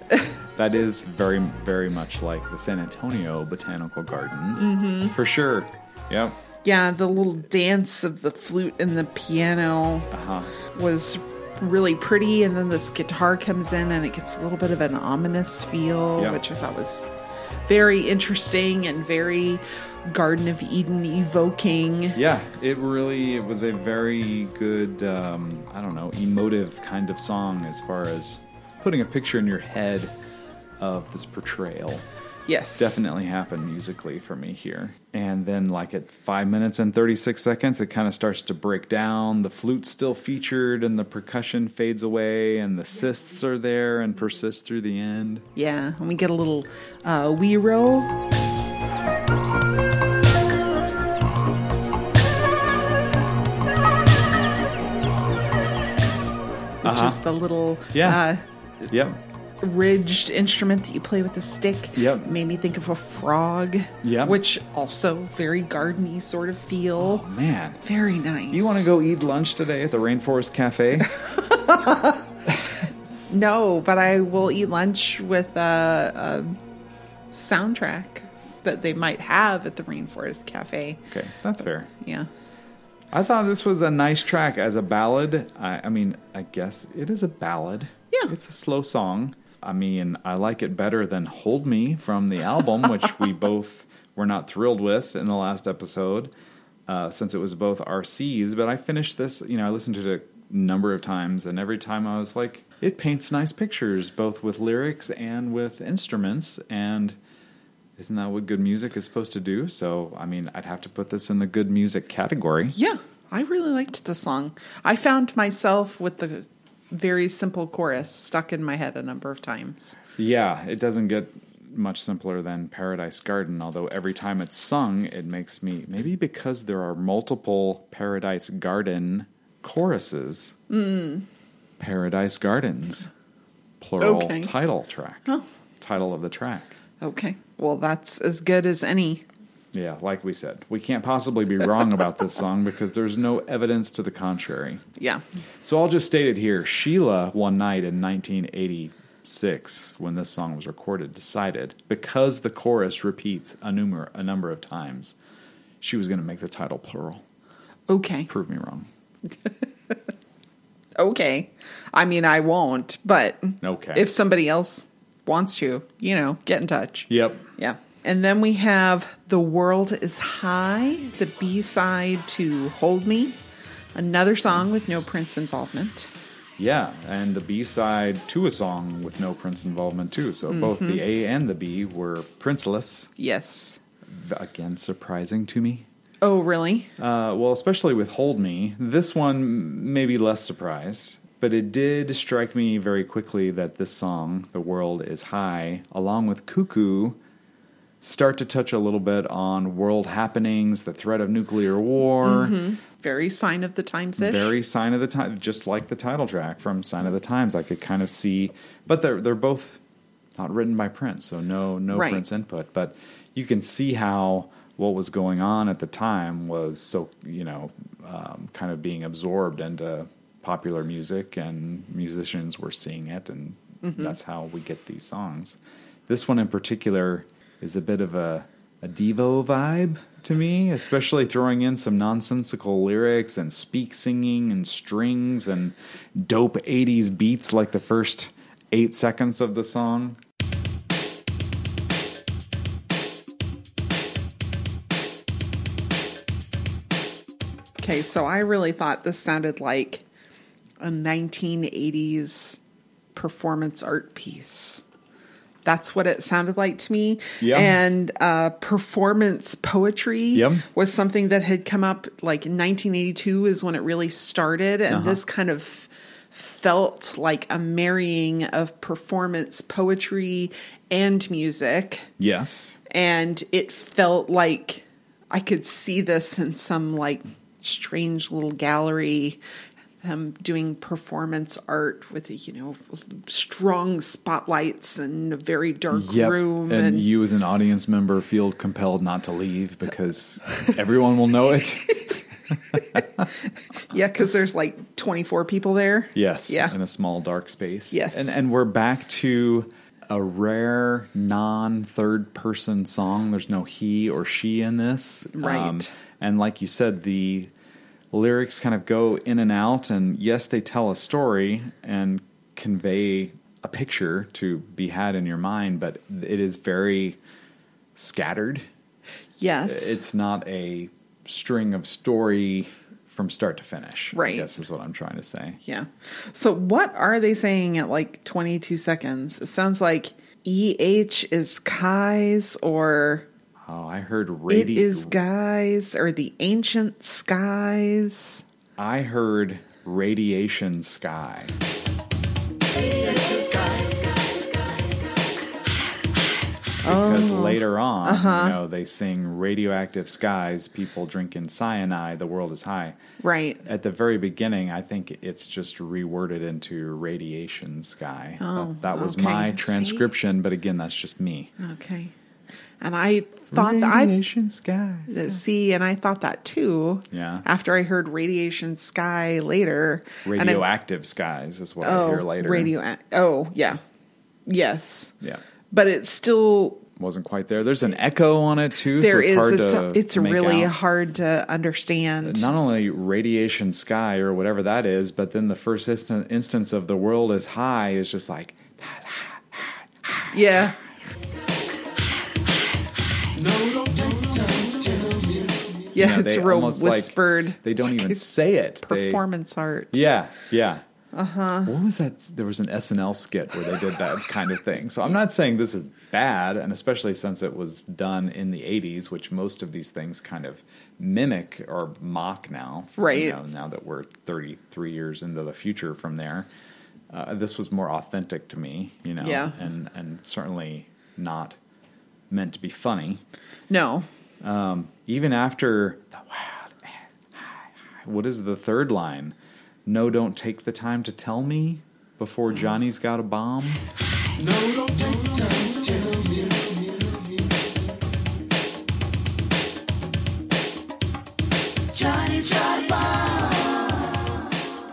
Speaker 2: that is very, very much like the San Antonio Botanical Gardens
Speaker 1: Mm-hmm.
Speaker 2: for sure. Yep.
Speaker 1: yeah, the little dance of the flute and the piano
Speaker 2: Uh huh.
Speaker 1: was really pretty and then this guitar comes in and it gets a little bit of an ominous feel
Speaker 2: Yeah.
Speaker 1: which i thought was very interesting and very garden of eden evoking
Speaker 2: Yeah, it really it was a very good, um, I don't know, emotive kind of song as far as putting a picture in your head of this portrayal.
Speaker 1: yes
Speaker 2: Definitely happened musically for me here. And then, like at five minutes and 36 seconds, it kind of starts to break down. The flute's still featured, and the percussion fades away, and the cysts are there and persist through the end.
Speaker 1: yeah and we get a little uh wee roll which is the little
Speaker 2: Uh-huh. Yeah.
Speaker 1: uh
Speaker 2: Yep.
Speaker 1: ridged instrument that you play with a stick.
Speaker 2: Yep.
Speaker 1: Made me think of a frog.
Speaker 2: Yep.
Speaker 1: Which also very gardeny sort of feel.
Speaker 2: Man.
Speaker 1: Very nice.
Speaker 2: You want to go eat lunch today at the Rainforest Cafe?
Speaker 1: No, but I will eat lunch with a, a soundtrack that they might have at the Rainforest Cafe.
Speaker 2: okay, that's fair.
Speaker 1: Yeah.
Speaker 2: I thought this was a nice track as a ballad. I, I mean, I guess it is a ballad.
Speaker 1: Yeah.
Speaker 2: It's a slow song. I mean, I like it better than Hold Me from the album, which we both were not thrilled with in the last episode, uh, since it was both RCs. But I finished this, you know, I listened to it number of times, and every time I was like, it paints nice pictures, both with lyrics and with instruments, and isn't that what good music is supposed to do? So, I mean, I'd have to put this in the good music category.
Speaker 1: Yeah, I really liked the song. I found myself with the very simple chorus stuck in my head a number of times.
Speaker 2: Yeah, it doesn't get much simpler than Paradise Garden, although every time it's sung, it makes me maybe because there are multiple Paradise Garden choruses. Paradise Gardens, plural
Speaker 1: Okay.
Speaker 2: title track,
Speaker 1: Oh.
Speaker 2: title of the track.
Speaker 1: Okay. Well, that's as good as any.
Speaker 2: Yeah, like we said, we can't possibly be wrong about this song because there's no evidence to the contrary.
Speaker 1: Yeah.
Speaker 2: So I'll just state it here. Sheila, one night in 1986, when this song was recorded, decided because the chorus repeats a number, a number of times, she was going to make the title plural.
Speaker 1: Okay.
Speaker 2: Prove me wrong.
Speaker 1: Okay. I mean, I won't, but
Speaker 2: Okay.
Speaker 1: if somebody else wants to, you know, get in touch.
Speaker 2: Yep.
Speaker 1: Yeah. And then we have The World is High, the B side to Hold Me, another song with no Prince involvement.
Speaker 2: Yeah, and the B side to a song with no Prince involvement too. So both the A and the B were Princeless.
Speaker 1: Yes.
Speaker 2: Again, surprising to me.
Speaker 1: Oh, really?
Speaker 2: Uh, well, especially with Hold Me, this one maybe less surprised, but it did strike me very quickly that this song, The World is High, along with Cuckoo, start to touch a little bit on world happenings, the threat of nuclear war,
Speaker 1: Very sign of the times ish.
Speaker 2: very sign of the time, just like the title track from Sign of the Times. I could kind of see, but they're they're both not written by Prince, so no no
Speaker 1: Right.
Speaker 2: Prince input. But you can see how what was going on at the time was so you know um, kind of being absorbed into popular music, and musicians were seeing it, and that's how we get these songs. This one in particular is a bit of a a Devo vibe to me, especially throwing in some nonsensical lyrics and speak singing and strings and dope 80s beats like the first eight seconds of the song.
Speaker 1: Okay, so I really thought this sounded like a 1980s performance art piece. That's what it sounded like to me.
Speaker 2: Yeah.
Speaker 1: And uh, performance poetry
Speaker 2: Yep.
Speaker 1: was something that had come up like in 1982 is when it really started. And this kind of felt like a marrying of performance poetry and music
Speaker 2: Yes.
Speaker 1: and it felt like I could see this in some like strange little gallery. Um, doing performance art with you know strong spotlights and a very dark room
Speaker 2: And, you, as an audience member, feel compelled not to leave because everyone will
Speaker 1: [LAUGHS]
Speaker 2: know it.
Speaker 1: yeah because there's like 24 people there
Speaker 2: Yes.
Speaker 1: Yeah.
Speaker 2: In a small dark space.
Speaker 1: Yes.
Speaker 2: And and we're back to a rare non third person song. There's no he or she in this. Um,
Speaker 1: Right.
Speaker 2: and like you said, the lyrics kind of go in and out and yes, they tell a story and convey a picture to be had in your mind, but it is very scattered
Speaker 1: yes
Speaker 2: it's not a string of story from start to finish.
Speaker 1: Right.
Speaker 2: I guess is what I'm trying to say.
Speaker 1: yeah so what are they saying at like 22 seconds it sounds like eh is kai's or
Speaker 2: Oh, I heard
Speaker 1: it
Speaker 2: radi-
Speaker 1: is guys or the ancient skies
Speaker 2: I heard radiation sky.
Speaker 1: Oh,
Speaker 2: Because later on,
Speaker 1: uh-huh.
Speaker 2: you know, they sing radioactive skies, people drinking cyanide, the world is high.
Speaker 1: right
Speaker 2: At the very beginning, I think it's just reworded into radiation sky.
Speaker 1: Oh,
Speaker 2: that, that was
Speaker 1: okay.
Speaker 2: my
Speaker 1: See?
Speaker 2: transcription, but again, that's just me.
Speaker 1: Okay. And I thought that I
Speaker 2: radiation skies.
Speaker 1: see, and I thought that too.
Speaker 2: Yeah.
Speaker 1: After I heard radiation sky later. and I-
Speaker 2: Radioactive skies is what I
Speaker 1: oh,
Speaker 2: hear later.
Speaker 1: Radio. Oh yeah. Yes.
Speaker 2: Yeah.
Speaker 1: But it's still
Speaker 2: Wasn't quite there. There's an echo on it too,
Speaker 1: there
Speaker 2: so it's
Speaker 1: is.
Speaker 2: hard
Speaker 1: it's
Speaker 2: to
Speaker 1: it's
Speaker 2: to make
Speaker 1: really
Speaker 2: out.
Speaker 1: hard to understand.
Speaker 2: Not only radiation sky or whatever that is, but then the first instan- instance of the world is high is just like
Speaker 1: yeah. Yeah, [LAUGHS] it's
Speaker 2: they
Speaker 1: real
Speaker 2: almost, like,
Speaker 1: whispered,
Speaker 2: they don't
Speaker 1: like
Speaker 2: even
Speaker 1: it's
Speaker 2: say it. They-
Speaker 1: Performance art.
Speaker 2: yeah, yeah. Uh
Speaker 1: Uh-huh.
Speaker 2: huh. What was that? There was an SNL skit where they did that kind of thing. So I'm not saying this is bad, and especially since it was done in the 80s, which most of these things kind of mimic or mock now. you
Speaker 1: Right.
Speaker 2: know, now that we're 33 years into the future from there, uh, this was more authentic to me, you know,
Speaker 1: Yeah.
Speaker 2: and, and certainly not meant to be funny
Speaker 1: No.
Speaker 2: even after the wild [SIGHS] what is the third line no don't take the time to tell me
Speaker 1: Hmm.
Speaker 2: before johnny's got a bomb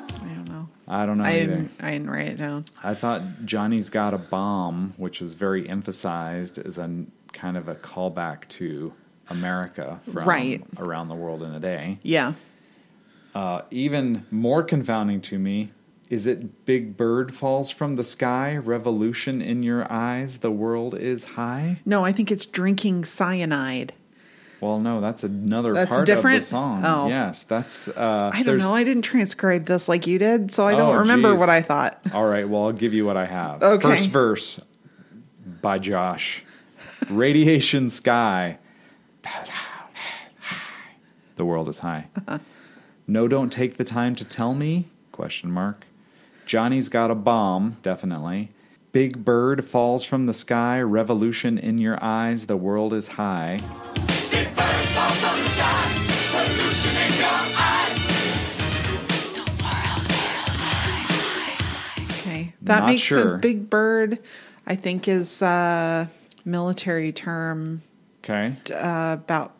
Speaker 1: I don't know.
Speaker 2: i don't know
Speaker 1: I
Speaker 2: either
Speaker 1: didn't, I didn't write it down.
Speaker 2: i thought johnny's got a bomb which was very emphasized as a n- kind of a callback to america from
Speaker 1: Right.
Speaker 2: around the world in a day
Speaker 1: Yeah.
Speaker 2: uh, even more confounding to me is it big bird falls from the sky revolution in your eyes the world is high
Speaker 1: No, I think it's drinking cyanide.
Speaker 2: Well, no, that's another
Speaker 1: That's
Speaker 2: part
Speaker 1: different?
Speaker 2: of the song.
Speaker 1: Oh.
Speaker 2: Yes, that's. Uh,
Speaker 1: I don't
Speaker 2: there's-
Speaker 1: know. I [LAUGHS] didn't transcribe this like you did, so I don't
Speaker 2: Oh,
Speaker 1: remember
Speaker 2: geez.
Speaker 1: what I thought.
Speaker 2: All right, well, I'll give you what I have.
Speaker 1: Okay.
Speaker 2: First verse by Josh Radiation Sky. [SIGHS] the world is high. no, don't take the time to tell me? Question mark. Johnny's got a bomb, definitely. Big bird falls from the sky, revolution in your eyes, the world is high.
Speaker 1: Okay. That
Speaker 2: Not
Speaker 1: makes
Speaker 2: sure.
Speaker 1: sense. Big bird, I think, is a military term
Speaker 2: Okay.
Speaker 1: uh, about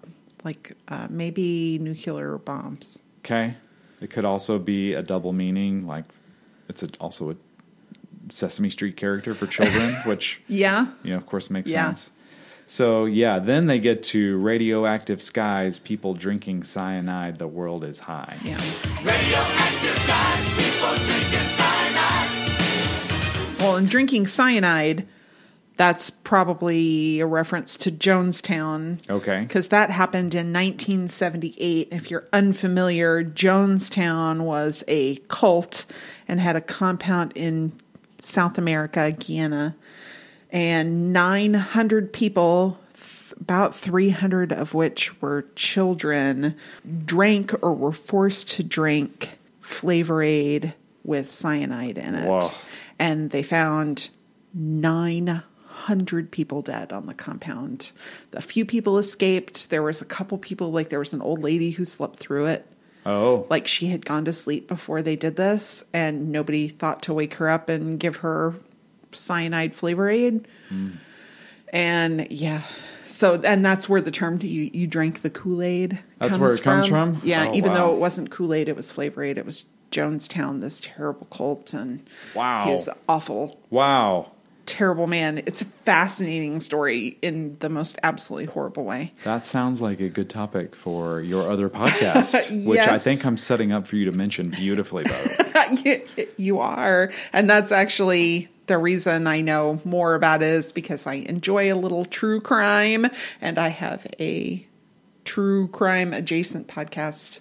Speaker 1: like uh, maybe nuclear bombs.
Speaker 2: Okay. It could also be a double meaning, like it's a, also a Sesame Street character
Speaker 1: [LAUGHS]
Speaker 2: for children, which,
Speaker 1: Yeah.
Speaker 2: you know, of course makes
Speaker 1: Yeah.
Speaker 2: sense. So, yeah, then they get to radioactive skies, people drinking cyanide, the world is high.
Speaker 1: Yeah. Well, and drinking cyanide, that's probably a reference to Jonestown.
Speaker 2: Okay.
Speaker 1: Because that happened in 1978. If you're unfamiliar, Jonestown was a cult and had a compound in South America, Guyana. And 900 people, th- about 300 of which were children, drank or were forced to drink Flavor Aid with cyanide in it.
Speaker 2: Wow.
Speaker 1: And they found 900 people dead on the compound. A few people escaped. There was a couple people, like there was an old lady who slept through it.
Speaker 2: Oh,
Speaker 1: Like she had gone to sleep before they did this, and nobody thought to wake her up and give her cyanide flavor aid.
Speaker 2: Mm.
Speaker 1: And yeah. So and that's where the term you you drank the Kool Aid.
Speaker 2: That's where it comes from?
Speaker 1: Yeah,
Speaker 2: Oh,
Speaker 1: even
Speaker 2: wow.
Speaker 1: though it wasn't Kool Aid, it was Flavor Aid. It was Jonestown, this terrible cult, and
Speaker 2: Wow.
Speaker 1: he was awful
Speaker 2: wow.
Speaker 1: terrible man. It's a fascinating story in the most absolutely horrible way.
Speaker 2: That sounds like a good topic for your
Speaker 1: [LAUGHS]
Speaker 2: other podcast, which I
Speaker 1: Yes.
Speaker 2: think I'm setting up for you to mention beautifully, by the way.
Speaker 1: [LAUGHS] you, you are. And that's actually the reason I know more about it is because I enjoy a little true crime and I have a true crime adjacent podcast,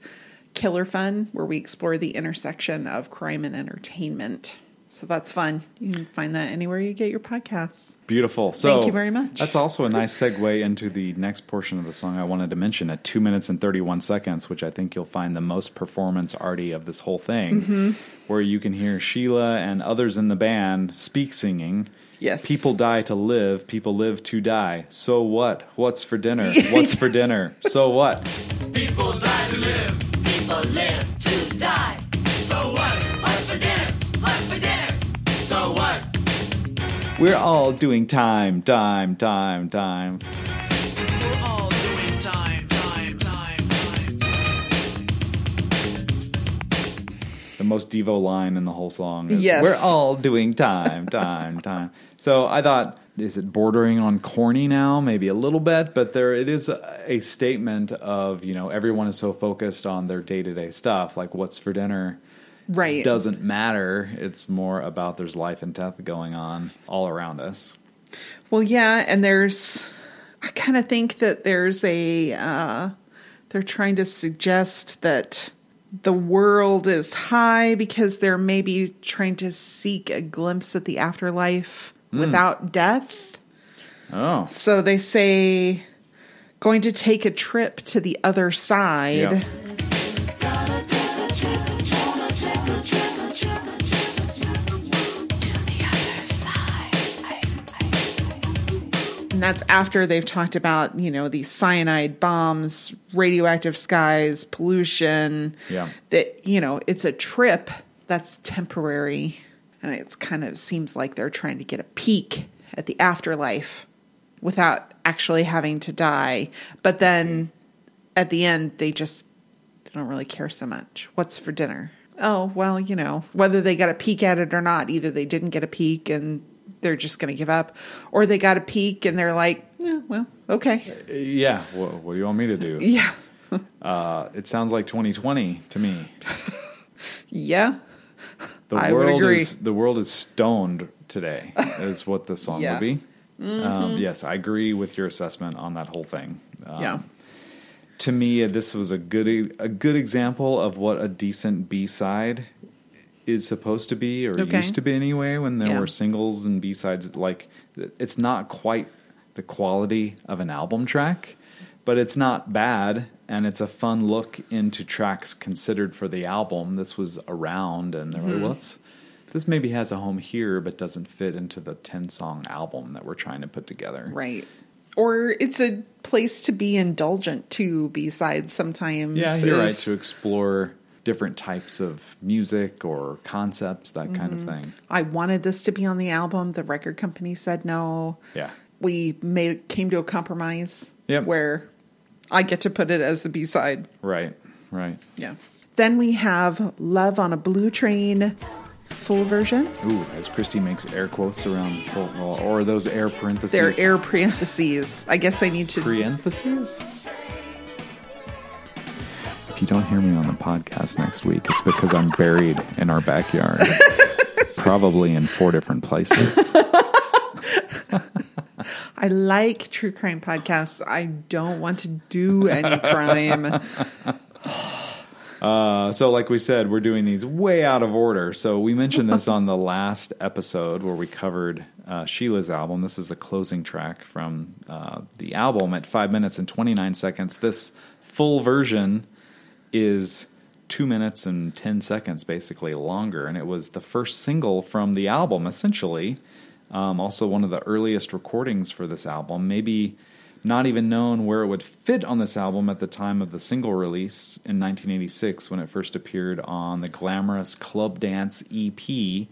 Speaker 1: Killer Fun, where we explore the intersection of crime and entertainment. So that's fun. You can find that anywhere you get your podcasts.
Speaker 2: Beautiful. So
Speaker 1: Thank you very much.
Speaker 2: That's also a nice segue into the next portion of the song I wanted to mention at two minutes and thirty one seconds, which I think you'll find the most performance arty of this whole thing,
Speaker 1: Mm-hmm.
Speaker 2: where you can hear Sheila and others in the band speak singing.
Speaker 1: Yes.
Speaker 2: People die to live, people live to die. So what? What's for dinner? What's for dinner? So what?
Speaker 5: People die to live. People live to die. So what? What's for dinner? What's for dinner? So what?
Speaker 2: We're all doing time, dime, dime, dime.
Speaker 5: We're all doing time, time, time, time.
Speaker 2: the most Devo line in the whole song. Is,
Speaker 1: Yes.
Speaker 2: We're all doing time, time, time. So I thought, is it bordering on corny now? Maybe a little bit, but there it is a, a statement of, you know, everyone is so focused on their day to day stuff, like what's for dinner
Speaker 1: Right.
Speaker 2: doesn't matter. It's more about there's life and death going on all around us.
Speaker 1: Well, yeah, and there's I kind of think that there's a uh They're trying to suggest that the world is high because they're maybe trying to seek a glimpse at the afterlife without death.
Speaker 2: Oh,
Speaker 1: So they say going to take a trip to the other side.
Speaker 2: Yeah.
Speaker 1: And that's after they've talked about, you know, these cyanide bombs, radioactive skies, pollution.
Speaker 2: Yeah.
Speaker 1: That, you know, it's a trip that's temporary. And it's kind of seems like they're trying to get a peek at the afterlife without actually having to die. But then at the end, they just they don't really care so much. What's for dinner? Oh, well, you know, whether they got a peek at it or not, either they didn't get a peek and they're just going to give up, or they got a peek and they're like, yeah, well, okay.
Speaker 2: yeah. What, what do you want me to do?
Speaker 1: Yeah.
Speaker 2: Uh, it sounds like 2020 to me.
Speaker 1: Yeah.
Speaker 2: The
Speaker 1: I would
Speaker 2: world
Speaker 1: agree.
Speaker 2: is the world is stoned today. Is what the song
Speaker 1: Yeah. Mm-hmm.
Speaker 2: would be. Um, yes, I agree with your assessment on that whole thing. Um,
Speaker 1: yeah.
Speaker 2: to me, this was a good a good example of what a decent B side is supposed to be, or
Speaker 1: Okay.
Speaker 2: used to be anyway. When there
Speaker 1: Yeah.
Speaker 2: were singles and B sides, like it's not quite the quality of an album track, but it's not bad, and it's a fun look into tracks considered for the album. This was around, and they were like,
Speaker 1: Mm-hmm.
Speaker 2: well, it's, this maybe has a home here, but doesn't fit into the ten song album that we're trying to put together.
Speaker 1: Right. Or it's a place to be indulgent too, besides sometimes.
Speaker 2: Yeah, you're right
Speaker 1: is-
Speaker 2: to explore different types of music or concepts, that kind of thing.
Speaker 1: I wanted this to be on the album. The record company said no.
Speaker 2: Yeah.
Speaker 1: We made came to a compromise
Speaker 2: Yep.
Speaker 1: where I get to put it as the B side.
Speaker 2: Right, right.
Speaker 1: Yeah. Then we have Love on a Blue Train full version.
Speaker 2: Ooh, as Christy makes air quotes around, full- well, or those air parentheses.
Speaker 1: They're air parentheses. I guess I need to
Speaker 2: parentheses? If you don't hear me on the podcast next week, it's because I'm buried in
Speaker 1: [LAUGHS]
Speaker 2: our backyard, probably in four different places.
Speaker 1: I like true crime podcasts. I don't want to do any
Speaker 2: [LAUGHS]
Speaker 1: crime.
Speaker 2: Uh, so, like we said, we're doing these way out of order. So, we mentioned this on the last episode where we covered uh, Sheila's album. This is the closing track from uh, the album at five minutes and 29 seconds. This full version is two minutes and 10 seconds, basically longer. And it was the first single from the album, essentially. Um, also, one of the earliest recordings for this album. Maybe not even known where it would fit on this album at the time of the single release in 1986 when it first appeared on the glamorous Club Dance EP,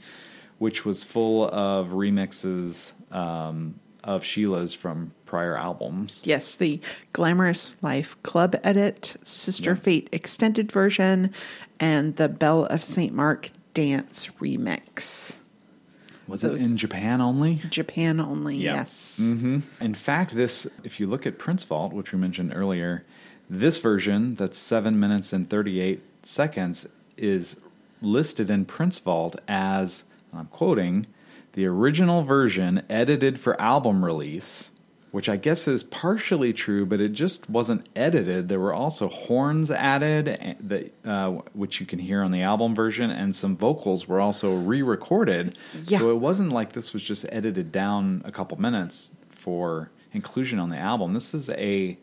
Speaker 2: which was full of remixes um, of Sheila's from prior albums.
Speaker 1: Yes, the Glamorous Life Club Edit, Sister Fate Extended Version, and the Bell of St. Mark Dance Remix.
Speaker 2: Was
Speaker 1: Those-
Speaker 2: it in Japan only?
Speaker 1: Japan only,
Speaker 2: Yeah.
Speaker 1: yes.
Speaker 2: In fact, this, if you look at Prince Vault, which we mentioned earlier, this version that's seven minutes and 38 seconds is listed in Prince Vault as, and I'm quoting, the original version edited for album release, which I guess is partially true, but it just wasn't edited. There were also horns added, eh, that, uh, which you can hear on the album version, and some vocals were also re recorded.
Speaker 1: Yeah.
Speaker 2: So it wasn't like this was just edited down a couple minutes for inclusion on the album. This is a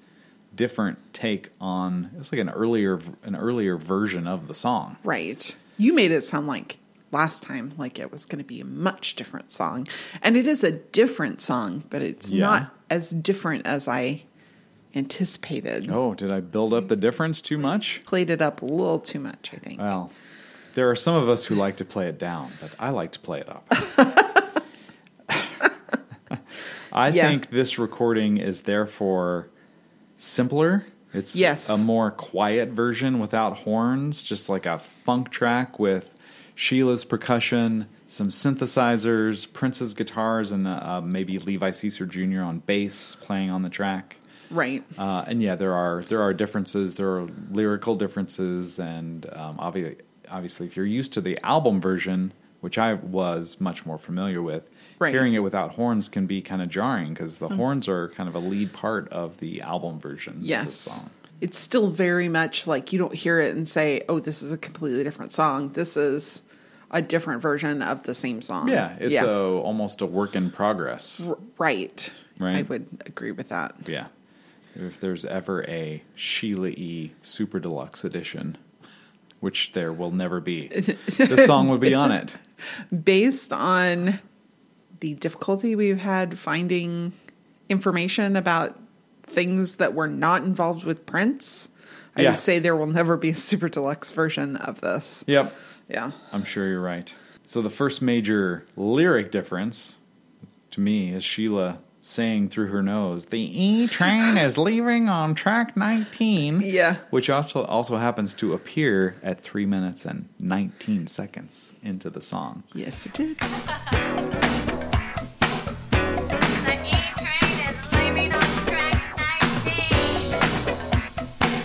Speaker 2: different take on it's like an earlier an earlier version of the song.
Speaker 1: Right. You made it sound like last time like it was going to be a much different song. And it is a different song, but it's
Speaker 2: Yeah.
Speaker 1: not as different as I anticipated.
Speaker 2: Oh, did I build up the difference too much?
Speaker 1: Played it up a little too much, I think.
Speaker 2: Well, there are some of us who like to play it down, but I like to play
Speaker 1: [LAUGHS]
Speaker 2: it up. I
Speaker 1: Yeah.
Speaker 2: think this recording is therefore simpler. It's
Speaker 1: Yes.
Speaker 2: a more quiet version without horns, just like a funk track with Sheila's percussion, some synthesizers, Prince's guitars, and uh, maybe Levi Caesar Jr. on bass playing on the track.
Speaker 1: right.
Speaker 2: Uh, and yeah, there are there are differences. There are lyrical differences, and um, obviously, obviously, if you're used to the album version, which I was much more familiar with,
Speaker 1: Right. Hmm.
Speaker 2: hearing it without horns can be kind of jarring because the horns are kind of a lead part of the album version. of the
Speaker 1: Yes.
Speaker 2: song.
Speaker 1: it's still very much like you don't hear it and say, "Oh, this is a completely different song. This is a different version of the same song."
Speaker 2: Yeah, it's A, almost a work in progress.
Speaker 1: R- right.
Speaker 2: Right.
Speaker 1: I would agree with that.
Speaker 2: Yeah. If there's ever a Sheila E. Super Deluxe Edition, which there will
Speaker 1: [LAUGHS]
Speaker 2: never be, this song would be on it.
Speaker 1: Based on the difficulty we've had finding information about things that were not involved with Prince, I
Speaker 2: Yeah.
Speaker 1: would say there will never be a super deluxe version of this.
Speaker 2: Yep.
Speaker 1: Yeah.
Speaker 2: I'm sure you're right. So the first major lyric difference to me is Sheila saying through her nose, "The E train is leaving on track 19."
Speaker 1: Yeah.
Speaker 2: Which also also happens to appear at 3 minutes and 19 seconds into the song.
Speaker 1: Yes, it did.
Speaker 6: The E-train is leaving on track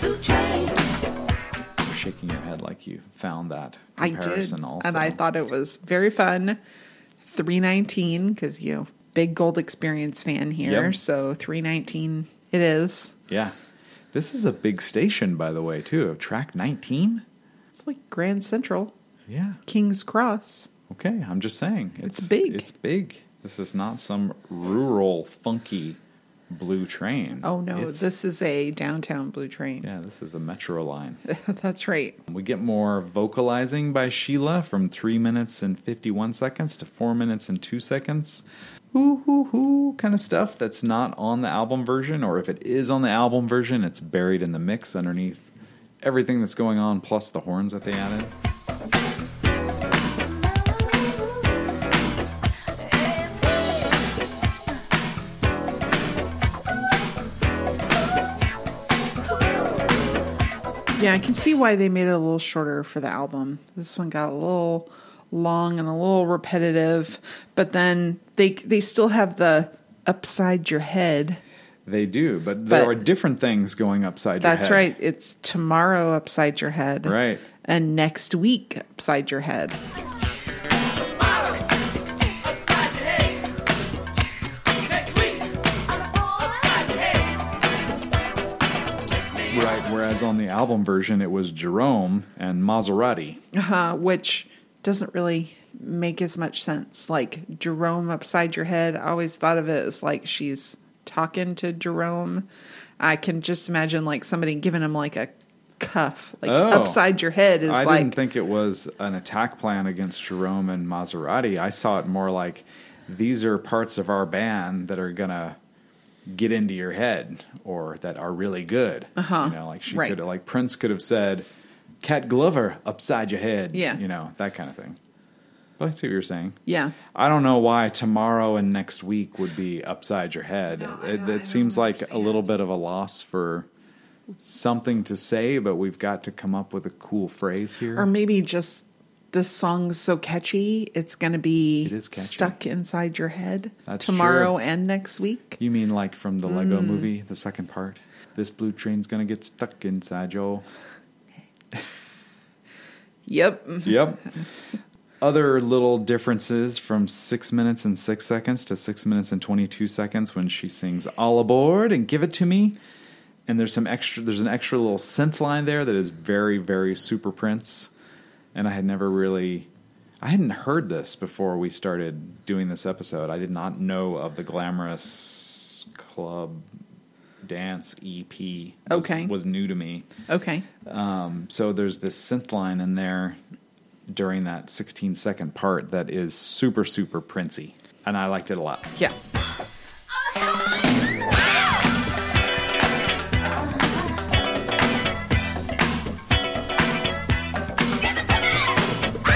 Speaker 6: 19.
Speaker 3: Blue train.
Speaker 2: You're shaking your head like you found that
Speaker 1: I did,
Speaker 2: comparison also.
Speaker 1: and I thought it was very fun. Three nineteen, because you know, big Gold Experience fan here,
Speaker 2: Yep.
Speaker 1: so three nineteen it is.
Speaker 2: Yeah. This is a big station by the way, too. Track 19?
Speaker 1: It's like Grand Central,
Speaker 2: Yeah.
Speaker 1: King's Cross.
Speaker 2: Okay, I'm just saying. It's,
Speaker 1: big.
Speaker 2: It's big. This is not some rural funky blue train.
Speaker 1: Oh no,
Speaker 2: It's-
Speaker 1: this is a downtown blue train.
Speaker 2: Yeah, this is a metro line.
Speaker 1: [LAUGHS] That's right.
Speaker 2: we get more vocalizing by Sheila from 3 minutes and 51 seconds to 4 minutes and 2 seconds. Hoo hoo hoo kind of stuff that's not on the album version or if it is on the album version, it's buried in the mix underneath everything that's going on plus the horns that they added.
Speaker 1: Yeah, I can see why they made it a little shorter for the album. This one got a little long and a little repetitive, but then they they still have the upside your head.
Speaker 2: They do, but there
Speaker 1: But-
Speaker 2: are different things going upside your
Speaker 1: That's
Speaker 2: head.
Speaker 1: right. It's tomorrow upside your head.
Speaker 2: Right.
Speaker 1: And next week upside your head.
Speaker 2: Right, whereas on the album version, it was Jerome and Maserati.
Speaker 1: Uh, which doesn't really make as much sense. Like Jerome upside your head. I always thought of it as like she's talking to Jerome. I can just imagine like somebody giving him like a cuff, like
Speaker 2: Oh.
Speaker 1: upside your head is
Speaker 2: I
Speaker 1: like
Speaker 2: didn't think it was an attack plan against Jerome and Maserati. I saw it more like these are parts of our band that are gonna get into your head or that are really good. Uh-huh. You know, like she
Speaker 1: Right.
Speaker 2: could, like Prince could have said, "Cat Glover upside your head."
Speaker 1: Yeah.
Speaker 2: you know that kind of thing. But I see what you're saying.
Speaker 1: yeah.
Speaker 2: I don't know why tomorrow and next week would be upside your head. it it seems like a little bit of a loss for something to say, but we've got to come up with a cool phrase here.
Speaker 1: Or maybe just this song's so catchy, it's going to be
Speaker 2: It is catchy.
Speaker 1: stuck inside your head
Speaker 2: That's
Speaker 1: tomorrow
Speaker 2: true.
Speaker 1: and next week.
Speaker 2: you mean like from the Lego movie, the second part? This blue train's gonna get stuck inside your
Speaker 1: Yep.
Speaker 2: Yep. Other little differences from six minutes and six seconds to six minutes and twenty-two seconds when she sings "All Aboard" and "Give It to Me," and there's some extra. There's an extra little synth line there that is very, very Super Prince, and I had never really, I hadn't heard this before we started doing this episode. I did not know of the glamorous club dance EP. Was-
Speaker 1: Okay.
Speaker 2: was new to me
Speaker 1: Okay.
Speaker 2: so there's this synth line in there during that 16 second part that is super super princy and i liked it a lot
Speaker 1: Yeah.
Speaker 6: Give it to me!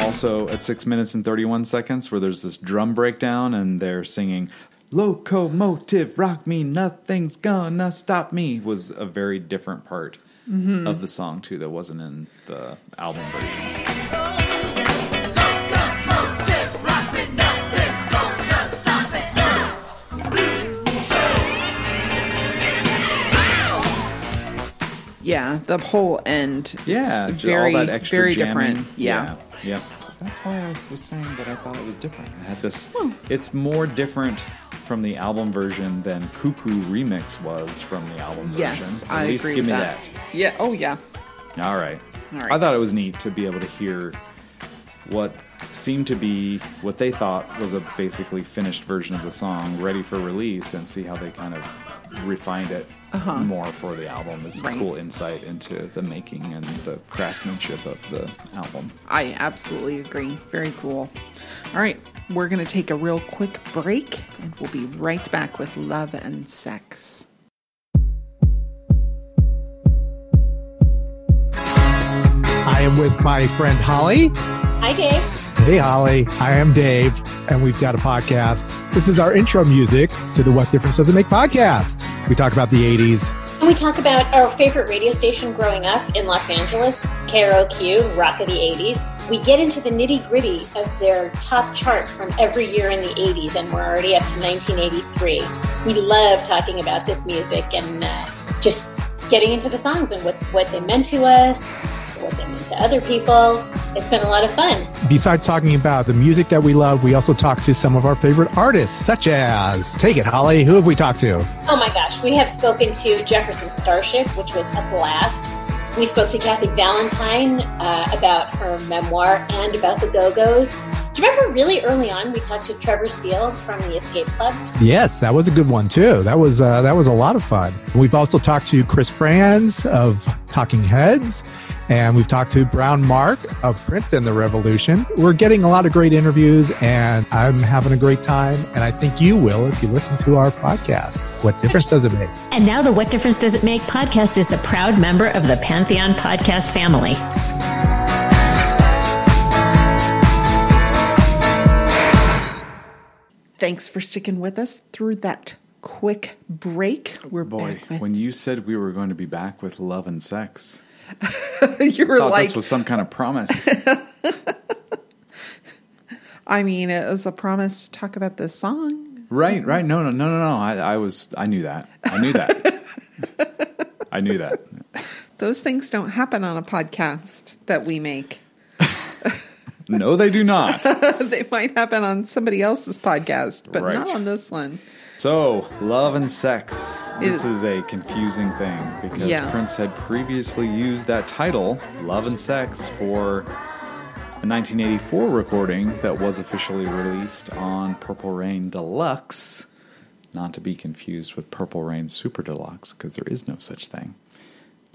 Speaker 2: also at 6 minutes and 31 seconds where there's this drum breakdown and they're singing locomotive rock me nothing's gonna stop me was a very different part of the song too that wasn't in the album version
Speaker 1: yeah, the whole end. is
Speaker 2: Yeah, j-
Speaker 1: very,
Speaker 2: all that extra
Speaker 1: very
Speaker 2: jamming.
Speaker 1: different. Yeah.
Speaker 2: yep. So that's why I was saying that I thought it was different. It had this. It's more different from the album version than Cuckoo Remix was from the album version.
Speaker 1: Yes,
Speaker 2: At
Speaker 1: I
Speaker 2: least
Speaker 1: agree
Speaker 2: give
Speaker 1: with
Speaker 2: me
Speaker 1: that. Yeah. Oh yeah.
Speaker 2: that. All right.
Speaker 1: All right.
Speaker 2: I thought it was neat to be able to hear what seemed to be what they thought was a basically finished version of the song, ready for release, and see how they kind of refined it more for the album. It's
Speaker 1: Uh-huh. Right.
Speaker 2: a cool insight into the making and the craftsmanship of the album.
Speaker 1: I absolutely agree. Very cool. All right, we're going to take a real quick break and we'll be right back with love and sex.
Speaker 7: I am with my friend Holly.
Speaker 8: Hi, Dave.
Speaker 7: Hey, Holly. I am Dave, and we've got a podcast. This is our intro music to the What Difference Does It Make podcast. We talk about the 80s.
Speaker 8: Can we talk about our favorite radio station growing up in Los Angeles, KROQ, Rock of the 80s? We get into the nitty gritty of their top chart from every year in the 80s, and we're already up to 1983. We love talking about this music and uh, just getting into the songs and what, what they meant to us, what they meant to other people. It's been a lot of fun.
Speaker 7: Besides talking about the music that we love, we also talk to some of our favorite artists, such as, take it, Holly, who have we talked to?
Speaker 8: Oh my gosh, we have spoken to Jefferson Starship, which was a blast. We spoke to Kathy Valentine uh, about her memoir and about the Go Go's. Do you remember really early on we talked to Trevor Steele from the Escape Club?
Speaker 7: Yes, that was a good one too. That was uh, that was a lot of fun. We've also talked to Chris Franz of Talking Heads, and we've talked to Brown Mark of Prince and the Revolution. We're getting a lot of great interviews, and I'm having a great time. And I think you will if you listen to our podcast. What difference does it make?
Speaker 9: And now the What Difference Does It Make podcast is a proud member of the Pantheon podcast family.
Speaker 1: Thanks for sticking with us through that quick break. We're
Speaker 2: Boy,
Speaker 1: back with [LAUGHS]
Speaker 2: when you said we were going to be back with love and sex,
Speaker 1: you were
Speaker 2: I thought
Speaker 1: like
Speaker 2: this was some kind
Speaker 1: [LAUGHS]
Speaker 2: of promise.
Speaker 1: I mean, it was a promise to talk about this song.
Speaker 2: right, right. No, no, no, no, no. I, I was, I knew that. I
Speaker 1: [LAUGHS]
Speaker 2: knew that. I knew that.
Speaker 1: Those things don't happen on a podcast that we make. [LAUGHS]
Speaker 2: No, they do not.
Speaker 1: they might happen on somebody else's podcast, but
Speaker 2: Right.
Speaker 1: not on this one.
Speaker 2: So, love and sex. This
Speaker 1: Ew.
Speaker 2: is a confusing thing because
Speaker 1: Yeah.
Speaker 2: Prince had previously used that title, Love and Sex, for a 1984 recording that was officially released on Purple Rain Deluxe, not to be confused with Purple Rain Super Deluxe because there is no such thing,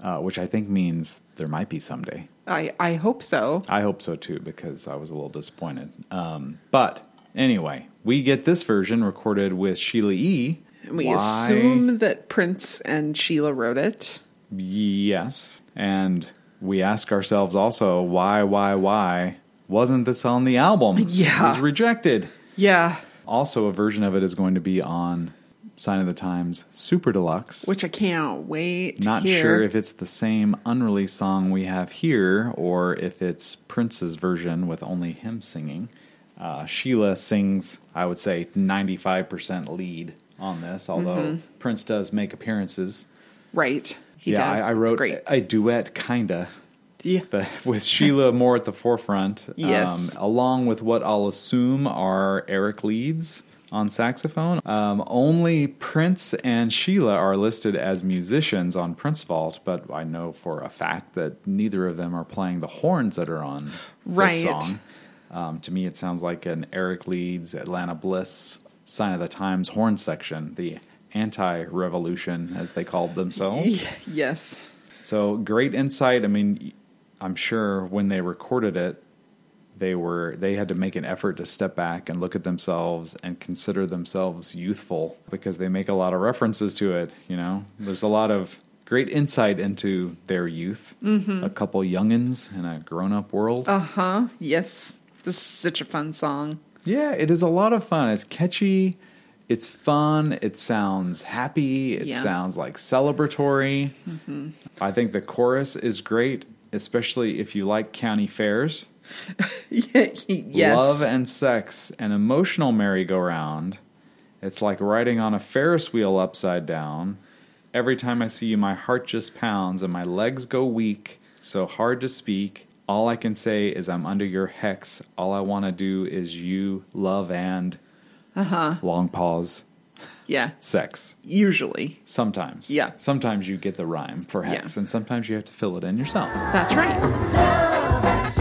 Speaker 2: uh, which I think means there might be someday.
Speaker 1: I, I hope so.
Speaker 2: I hope so too, because I was a little disappointed. Um, but anyway, we get this version recorded with Sheila E.
Speaker 1: We
Speaker 2: Why-
Speaker 1: assume that Prince and Sheila wrote it.
Speaker 2: Yes. And we ask ourselves also, why, why, why wasn't this on the album?
Speaker 1: [LAUGHS] Yeah.
Speaker 2: It was rejected.
Speaker 1: Yeah.
Speaker 2: Also, a version of it is going to be on Sign of the Times Super Deluxe.
Speaker 1: Which I can't wait. to
Speaker 2: Not
Speaker 1: hear.
Speaker 2: sure if it's the same unreleased song we have here or if it's Prince's version with only him singing. Uh, Sheila sings, I would say, 95% lead on this, although Prince does make appearances.
Speaker 1: Right. Mm-hmm. He
Speaker 2: yeah,
Speaker 1: does.
Speaker 2: I, I
Speaker 1: It's
Speaker 2: wrote
Speaker 1: great.
Speaker 2: a, a duet, kinda,
Speaker 1: yeah.
Speaker 2: but with Sheila more at the forefront.
Speaker 1: Yes.
Speaker 2: Um, along with what I'll assume are Eric Leeds on saxophone. Um, only Prince and Sheila are listed as musicians on Prince Vault, but I know for a fact that neither of them are playing the horns that are on
Speaker 1: Right.
Speaker 2: this song. Um, to me, it sounds like an Eric Leeds, Atlanta Bliss, Sign of the Times horn section, the anti revolution, as they called themselves.
Speaker 1: Y- [LAUGHS] Yes.
Speaker 2: So great insight. I mean, I'm sure when they recorded it, they were they had to make an effort to step back and look at themselves and consider themselves youthful because they make a lot of references to it. You know, there's a lot of great insight into their youth. A couple youngins in a grown up world.
Speaker 1: Uh huh. Yes. This is such a fun song. [LAUGHS]
Speaker 2: Yeah, it is a lot of fun. It's catchy. It's fun. It sounds happy. It
Speaker 1: Yeah.
Speaker 2: sounds like celebratory. I think the chorus is great, especially if you like county fairs.
Speaker 1: yes.
Speaker 2: Love and sex, an emotional merry-go-round. It's like riding on a Ferris wheel upside down. Every time I see you, my heart just pounds and my legs go weak, so hard to speak. All I can say is I'm under your hex. All I want to do is you love and uh-huh. long pause
Speaker 1: Yeah.
Speaker 2: sex.
Speaker 1: Usually.
Speaker 2: Sometimes.
Speaker 1: Yeah.
Speaker 2: Sometimes you get the rhyme for hex,
Speaker 1: Yeah.
Speaker 2: and sometimes you have to fill it in yourself.
Speaker 1: That's right.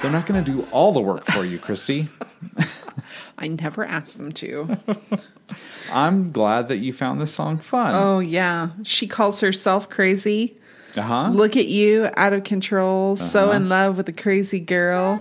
Speaker 2: They're not going to do all the work for
Speaker 1: [LAUGHS]
Speaker 2: you, Christy.
Speaker 1: I never asked them
Speaker 2: [LAUGHS]
Speaker 1: to.
Speaker 2: I'm glad that you found this song fun.
Speaker 1: Oh, yeah. She calls herself crazy.
Speaker 2: Uh huh.
Speaker 1: Look at you, out of control, so
Speaker 2: Uh-huh.
Speaker 1: in love with a crazy girl.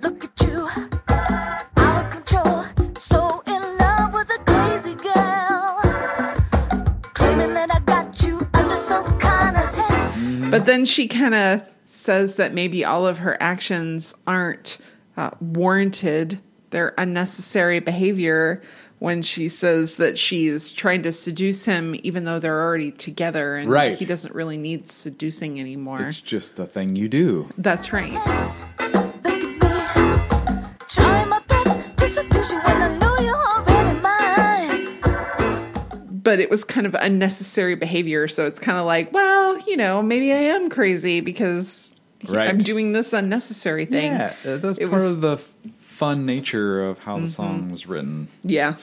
Speaker 6: Look at you, out of control, so in love with a crazy girl. Claiming that I got you under some kind of hex.
Speaker 1: But then she kind of says that maybe all of her actions aren't uh, warranted. They're unnecessary behavior when she says that she's trying to seduce him, even though they're already together and
Speaker 2: Right.
Speaker 1: he doesn't really need seducing anymore.
Speaker 2: It's just the thing
Speaker 1: [LAUGHS]
Speaker 2: you do.
Speaker 1: That's right.
Speaker 6: Look at me, trying my best to seduce you when I know you're already mine.
Speaker 1: But it was kind of unnecessary behavior. So it's kind of like, well, you know, maybe I am crazy because
Speaker 2: Right.
Speaker 1: I'm doing this unnecessary thing.
Speaker 2: Yeah, uh, that's
Speaker 1: It
Speaker 2: part
Speaker 1: was- Mm-hmm.
Speaker 2: of the f- fun nature of how the song was written.
Speaker 1: Yeah.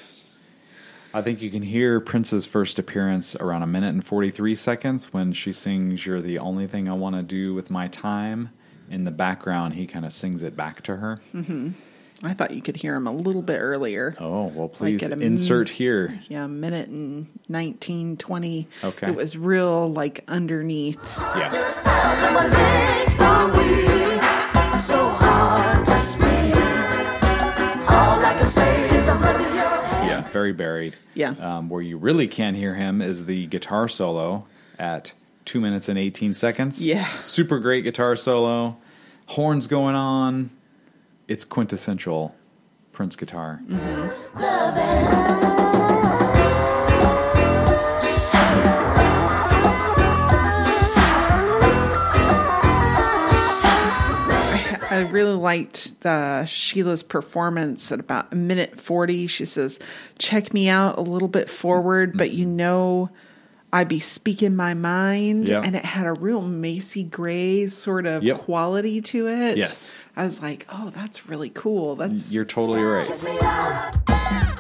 Speaker 2: I think you can hear Prince's first appearance around a minute and 43 seconds when she sings, You're the only thing I want to do with my time. In the background, he kind of sings it back to her.
Speaker 1: Hmm. I thought you could hear him a little bit earlier.
Speaker 2: Oh, well, please
Speaker 1: at a
Speaker 2: insert
Speaker 1: [LAUGHS]
Speaker 2: here.
Speaker 1: Yeah, a minute and 19, 20.
Speaker 2: Okay.
Speaker 1: It was real, like, underneath.
Speaker 2: Yeah.
Speaker 6: And my legs are weak, so hard to speak. All I can say is I'm under your hex.
Speaker 2: Yeah, very buried.
Speaker 1: Yeah.
Speaker 2: Um, where you really can hear him is the guitar solo at two minutes and 18 seconds.
Speaker 1: Yeah.
Speaker 2: Super great guitar solo, horns going on. It's quintessential Prince guitar.
Speaker 1: I really liked the Sheila's performance at about a minute 40. She says, Check me out a little bit forward, but you know, I be speaking my mind.
Speaker 2: Yeah.
Speaker 1: And it had a real Macy Gray sort of
Speaker 2: Yep.
Speaker 1: quality to it.
Speaker 2: Yes.
Speaker 1: I was like, Oh, that's really cool. That's
Speaker 2: You're totally right.
Speaker 6: Check me out.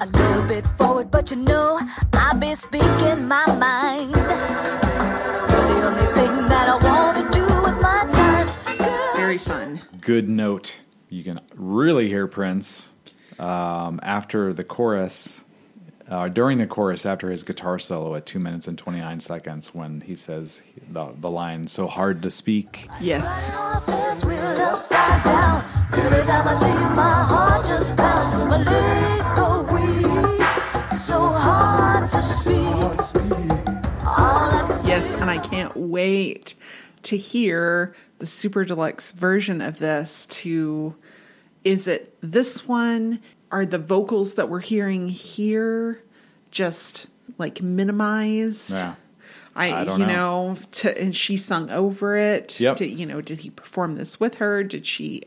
Speaker 6: A little bit forward, but you know I've been speaking my mind. You're the only thing that I want to do with my time. Girl,
Speaker 1: very fun.
Speaker 2: Good note. You can really hear Prince um, after the chorus. Uh, during the chorus, after his guitar solo at two minutes and twenty nine seconds, when he says the, the line "so hard to speak,"
Speaker 1: Yes.
Speaker 6: our affairs will upside down. Every time I see you, my heart just pounds. My legs go weak. It's so hard to speak. All I can say
Speaker 1: Yes, and I can't wait to hear the super deluxe version of this to is it this one? Are the vocals that we're hearing here just like minimized?
Speaker 2: Yeah.
Speaker 1: I,
Speaker 2: I don't
Speaker 1: you
Speaker 2: know.
Speaker 1: know, to, and she sung over it.
Speaker 2: Yep.
Speaker 1: Did, you know, did he perform this with her? Did she?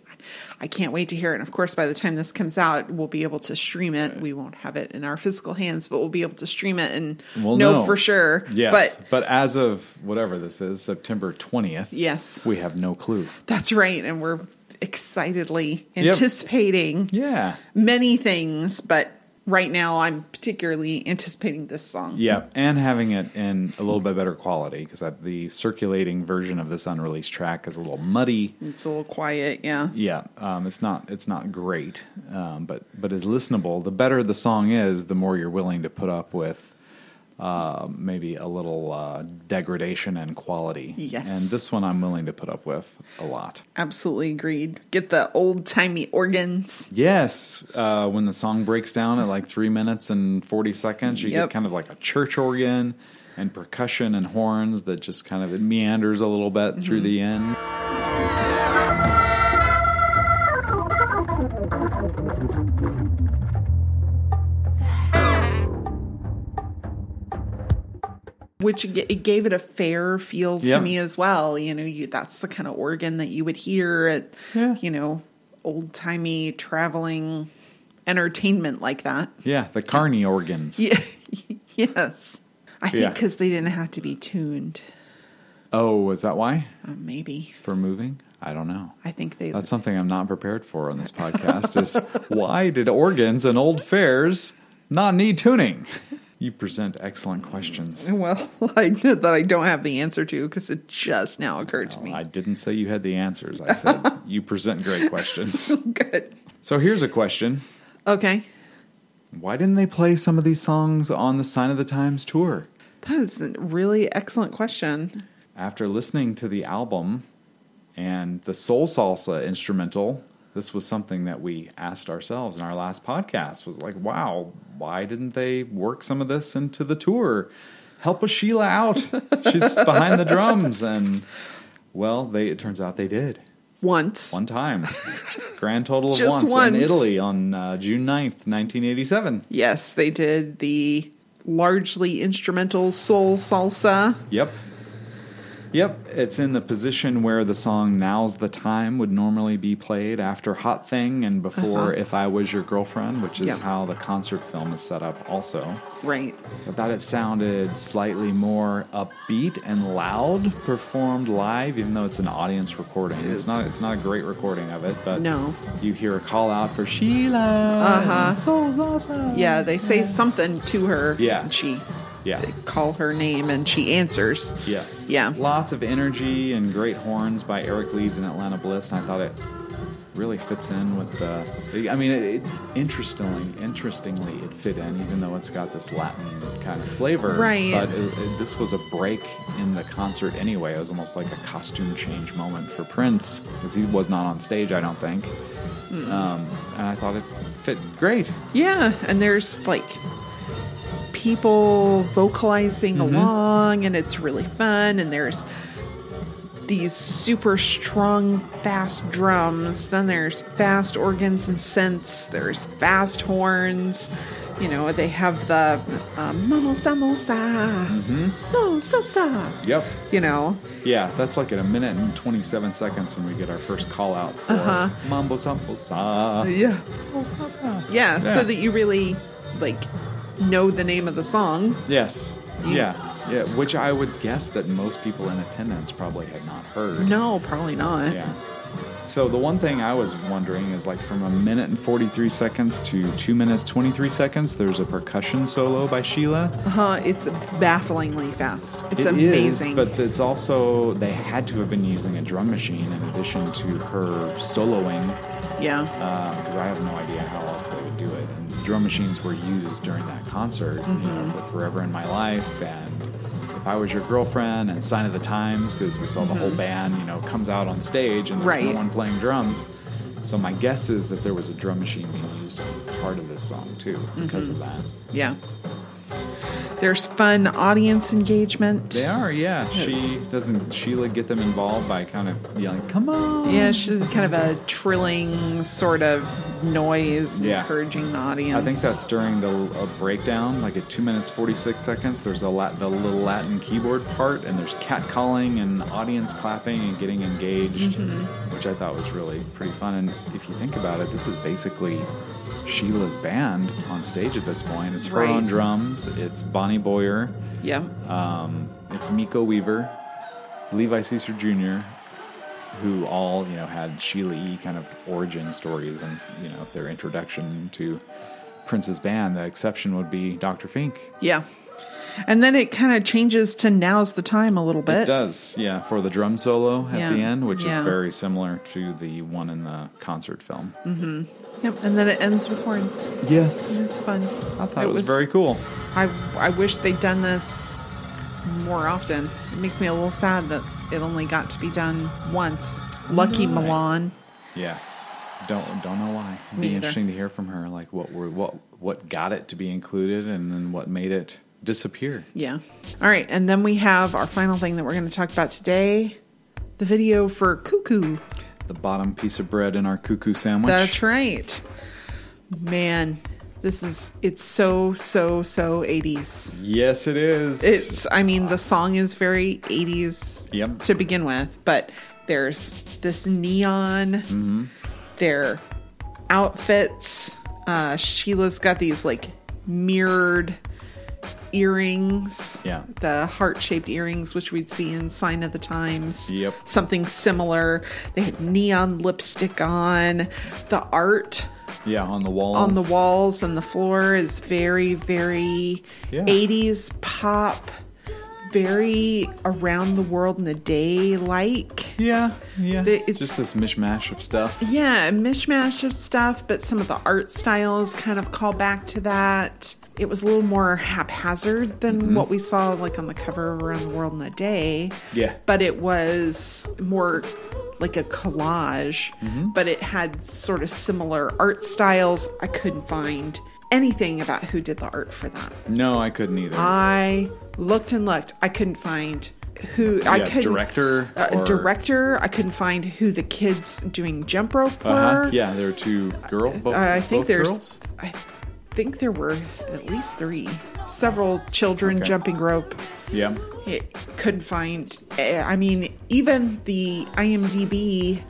Speaker 1: I can't wait to hear it. And of course, by the time this comes out, we'll be able to stream it. We won't have it in our physical hands, but we'll be able to stream it and
Speaker 2: We'll
Speaker 1: know,
Speaker 2: know.
Speaker 1: for sure.
Speaker 2: Yes,
Speaker 1: But
Speaker 2: but, as of whatever this is, September twentieth,
Speaker 1: Yes.
Speaker 2: we have no clue.
Speaker 1: That's right. And we're excitedly
Speaker 2: Yep.
Speaker 1: anticipating
Speaker 2: Yeah,
Speaker 1: many things, but right now I'm particularly anticipating this song.
Speaker 2: yeah, and having it in a little bit better quality because the circulating version of this unreleased track is a little muddy.
Speaker 1: It's a little quiet, yeah.
Speaker 2: Yeah, um, it's not it's not great, um, but but is listenable. The better the song is, the more you're willing to put up with uh, maybe a little uh, degradation in quality.
Speaker 1: Yes.
Speaker 2: and this one I'm willing to put up with a lot.
Speaker 1: Absolutely agreed. Get the old timey organs.
Speaker 2: Yes, uh, when the song breaks down at like three minutes and forty seconds, you
Speaker 1: Yep.
Speaker 2: get kind of like a church organ and percussion and horns that just kind of it
Speaker 1: Mm-hmm.
Speaker 2: meanders a little bit through the end.
Speaker 6: Thank
Speaker 1: which g- it gave it a fair feel
Speaker 2: Yeah.
Speaker 1: to me as well. You know, you that's the kind of organ that you would hear at
Speaker 2: Yeah.
Speaker 1: you know old timey traveling entertainment like that. [LAUGHS]
Speaker 2: Yeah, the carny organs.
Speaker 1: Yeah, yes, I
Speaker 2: Yeah.
Speaker 1: think because they didn't have to be tuned.
Speaker 2: Oh, is that why?
Speaker 1: Uh, maybe
Speaker 2: For moving? I don't know.
Speaker 1: I think they.
Speaker 2: That's something I'm not prepared for on this podcast is why did organs and old fairs not need tuning? You present excellent questions.
Speaker 1: well, [LAUGHS] I did that. I don't have the answer to because it just now occurred to me.
Speaker 2: I didn't say you had the answers. I said you present great questions.
Speaker 1: [LAUGHS] Good.
Speaker 2: So here's a question.
Speaker 1: Okay.
Speaker 2: Why didn't they play some of these songs on the Sign of the Times tour?
Speaker 1: That is a really excellent question.
Speaker 2: After listening to the album and the soul salsa instrumental, this was something that we asked ourselves in our last podcast was like, wow, why didn't they work some of this into the tour? Help a Sheila out.
Speaker 1: [LAUGHS]
Speaker 2: She's behind the drums and well, they it turns out they did.
Speaker 1: Once.
Speaker 2: One time. Grand total of
Speaker 1: Just
Speaker 2: once,
Speaker 1: once.
Speaker 2: in Italy on uh, June 9th, 1987.
Speaker 1: Yes, they did the largely instrumental soul salsa.
Speaker 2: Yep. Yep, it's in the position where the song Now's the Time would normally be played after Hot Thing and before If I Was Your Girlfriend, which is
Speaker 1: Uh-huh. Yeah.
Speaker 2: how the concert film is set up also.
Speaker 1: Right.
Speaker 2: I thought it sounded slightly more upbeat and loud performed live, even though it's an audience recording. It's
Speaker 1: is.
Speaker 2: not it's not a great recording of it, but
Speaker 1: No.
Speaker 2: you hear a call out for Sheila. Uh-huh. So awesome.
Speaker 1: Yeah, they say something to her.
Speaker 2: Yeah.
Speaker 1: And she
Speaker 2: Yeah.
Speaker 1: they call her name and she answers.
Speaker 2: Yes.
Speaker 1: Yeah.
Speaker 2: Lots of energy and great horns by Eric Leeds and Atlanta Bliss, and I thought it really fits in with the. I mean, it, it, interestingly, interestingly, it fit in, even though it's got this Latin kind of flavor.
Speaker 1: Right.
Speaker 2: But it, it- this was a break in the concert anyway. It was almost like a costume change moment for Prince, because he was not on stage, I don't think. Um, and I thought it fit great.
Speaker 1: Yeah, and there's like people vocalizing along and it's really fun and there's these super strong fast drums, then there's fast organs and synths, there's fast horns. You know, they have the uh, mamosa mosa, so so so.
Speaker 2: Yep.
Speaker 1: You know,
Speaker 2: Yeah, that's like at a minute and 27 seconds when we get our first call out for
Speaker 1: Uh-huh.
Speaker 2: Mambo Sambo Sa.
Speaker 1: yeah, yeah,
Speaker 2: Yeah.
Speaker 1: so that you really like know the name of the song.
Speaker 2: Yes. Yeah. Yeah. Which I would guess that most people in attendance probably had not heard.
Speaker 1: No, probably not.
Speaker 2: Yeah. So the one thing I was wondering is like from a minute and 43 seconds to two minutes 23 seconds, there's a percussion solo by Sheila.
Speaker 1: Huh, Uh, it's bafflingly fast. It's
Speaker 2: It is,
Speaker 1: amazing.
Speaker 2: but it's also, they had to have been using a drum machine in addition to her soloing
Speaker 1: yeah.
Speaker 2: because Um, I have no idea how else they would do it. And drum machines were used during that concert, you
Speaker 1: Mm-hmm.
Speaker 2: know, for Forever in My Life and If I Was Your Girlfriend and Sign of the Times, because we saw the whole band, you know, comes out on stage and there's no
Speaker 1: Mm-hmm. Right.
Speaker 2: one playing drums. So my guess is that there was a drum machine being used in part of this song too, because of
Speaker 1: Mm-hmm.
Speaker 2: that.
Speaker 1: Yeah. There's fun audience engagement.
Speaker 2: They are, yeah.
Speaker 1: Yes.
Speaker 2: She doesn't Sheila get them involved by kind of yelling, "Come on!"
Speaker 1: Yeah, she's kind of a trilling sort of noise,
Speaker 2: Yeah.
Speaker 1: encouraging the audience.
Speaker 2: I think that's during the uh, breakdown, like at two minutes forty six seconds. There's a lat- the little Latin keyboard part, and there's cat calling and audience clapping and getting engaged,
Speaker 1: Mm-hmm.
Speaker 2: which I thought was really pretty fun. And if you think about it, this is basically Sheila's band on stage at this point. It's her
Speaker 1: Right.
Speaker 2: on drums. It's Bonnie Boyer.
Speaker 1: Yeah.
Speaker 2: Um, it's Miko Weaver, Levi Caesar Jr., who all you know had Sheila E. kind of origin stories and you know their introduction to Prince's band. The exception would be Dr. Fink.
Speaker 1: Yeah. And then it kind of changes to now's the time a little bit.
Speaker 2: It does, yeah, for the drum solo at
Speaker 1: Yeah,
Speaker 2: the end, which
Speaker 1: yeah.
Speaker 2: is very similar to the one in the concert film.
Speaker 1: Mm-hmm. Yep. And then it ends with horns.
Speaker 2: Yes,
Speaker 1: It's fun.
Speaker 2: I thought it, was, very cool.
Speaker 1: I I wish they'd done this more often. It makes me a little sad that it only got to be done once. Lucky Milan.
Speaker 2: Yes, don't don't know why. It'd
Speaker 1: Me
Speaker 2: be
Speaker 1: either.
Speaker 2: interesting to hear from her, like what were what what got it to be included, and then what made it disappear.
Speaker 1: Yeah. All right. And then we have our final thing that we're going to talk about today the video for Cuckoo.
Speaker 2: the bottom piece of bread in our cuckoo sandwich.
Speaker 1: That's right. Man, This is it's so so so 80s.
Speaker 2: Yes, it is.
Speaker 1: It's I mean the song is very 80s
Speaker 2: Yep.
Speaker 1: to begin with, but there's this neon
Speaker 2: Mm-hmm.
Speaker 1: their outfits. Uh Sheila's got these like mirrored earrings.
Speaker 2: Yeah.
Speaker 1: The heart-shaped earrings which we'd see in Sign of the Times.
Speaker 2: Yep.
Speaker 1: Something similar. They had neon lipstick on. The art
Speaker 2: yeah on the walls.
Speaker 1: on the walls and the floor is very, very
Speaker 2: Yeah.
Speaker 1: 80s pop, very around the world in a day like.
Speaker 2: Yeah, yeah.
Speaker 1: The- it's-
Speaker 2: Just this mishmash of stuff.
Speaker 1: Yeah, a mishmash of stuff, but some of the art styles kind of call back to that. It was a little more haphazard than
Speaker 2: Mm-hmm.
Speaker 1: what we saw like on the cover of Around the World in a Day.
Speaker 2: Yeah.
Speaker 1: But it was more like a collage,
Speaker 2: Mm-hmm.
Speaker 1: but it had sort of similar art styles. I couldn't find anything about who did the art for that.
Speaker 2: No, I couldn't either.
Speaker 1: I looked and looked. I couldn't find who I
Speaker 2: Yeah,
Speaker 1: couldn't
Speaker 2: director
Speaker 1: uh,
Speaker 2: or-
Speaker 1: director. I couldn't find who the kids doing jump rope were. Uh,
Speaker 2: uh-huh. Yeah, there are two girl. Both,
Speaker 1: I think
Speaker 2: both
Speaker 1: there's
Speaker 2: girls?
Speaker 1: I think there were at least three, several children
Speaker 2: Okay.
Speaker 1: jumping rope.
Speaker 2: Yeah.
Speaker 1: It couldn't find. eh, I mean, even the IMDb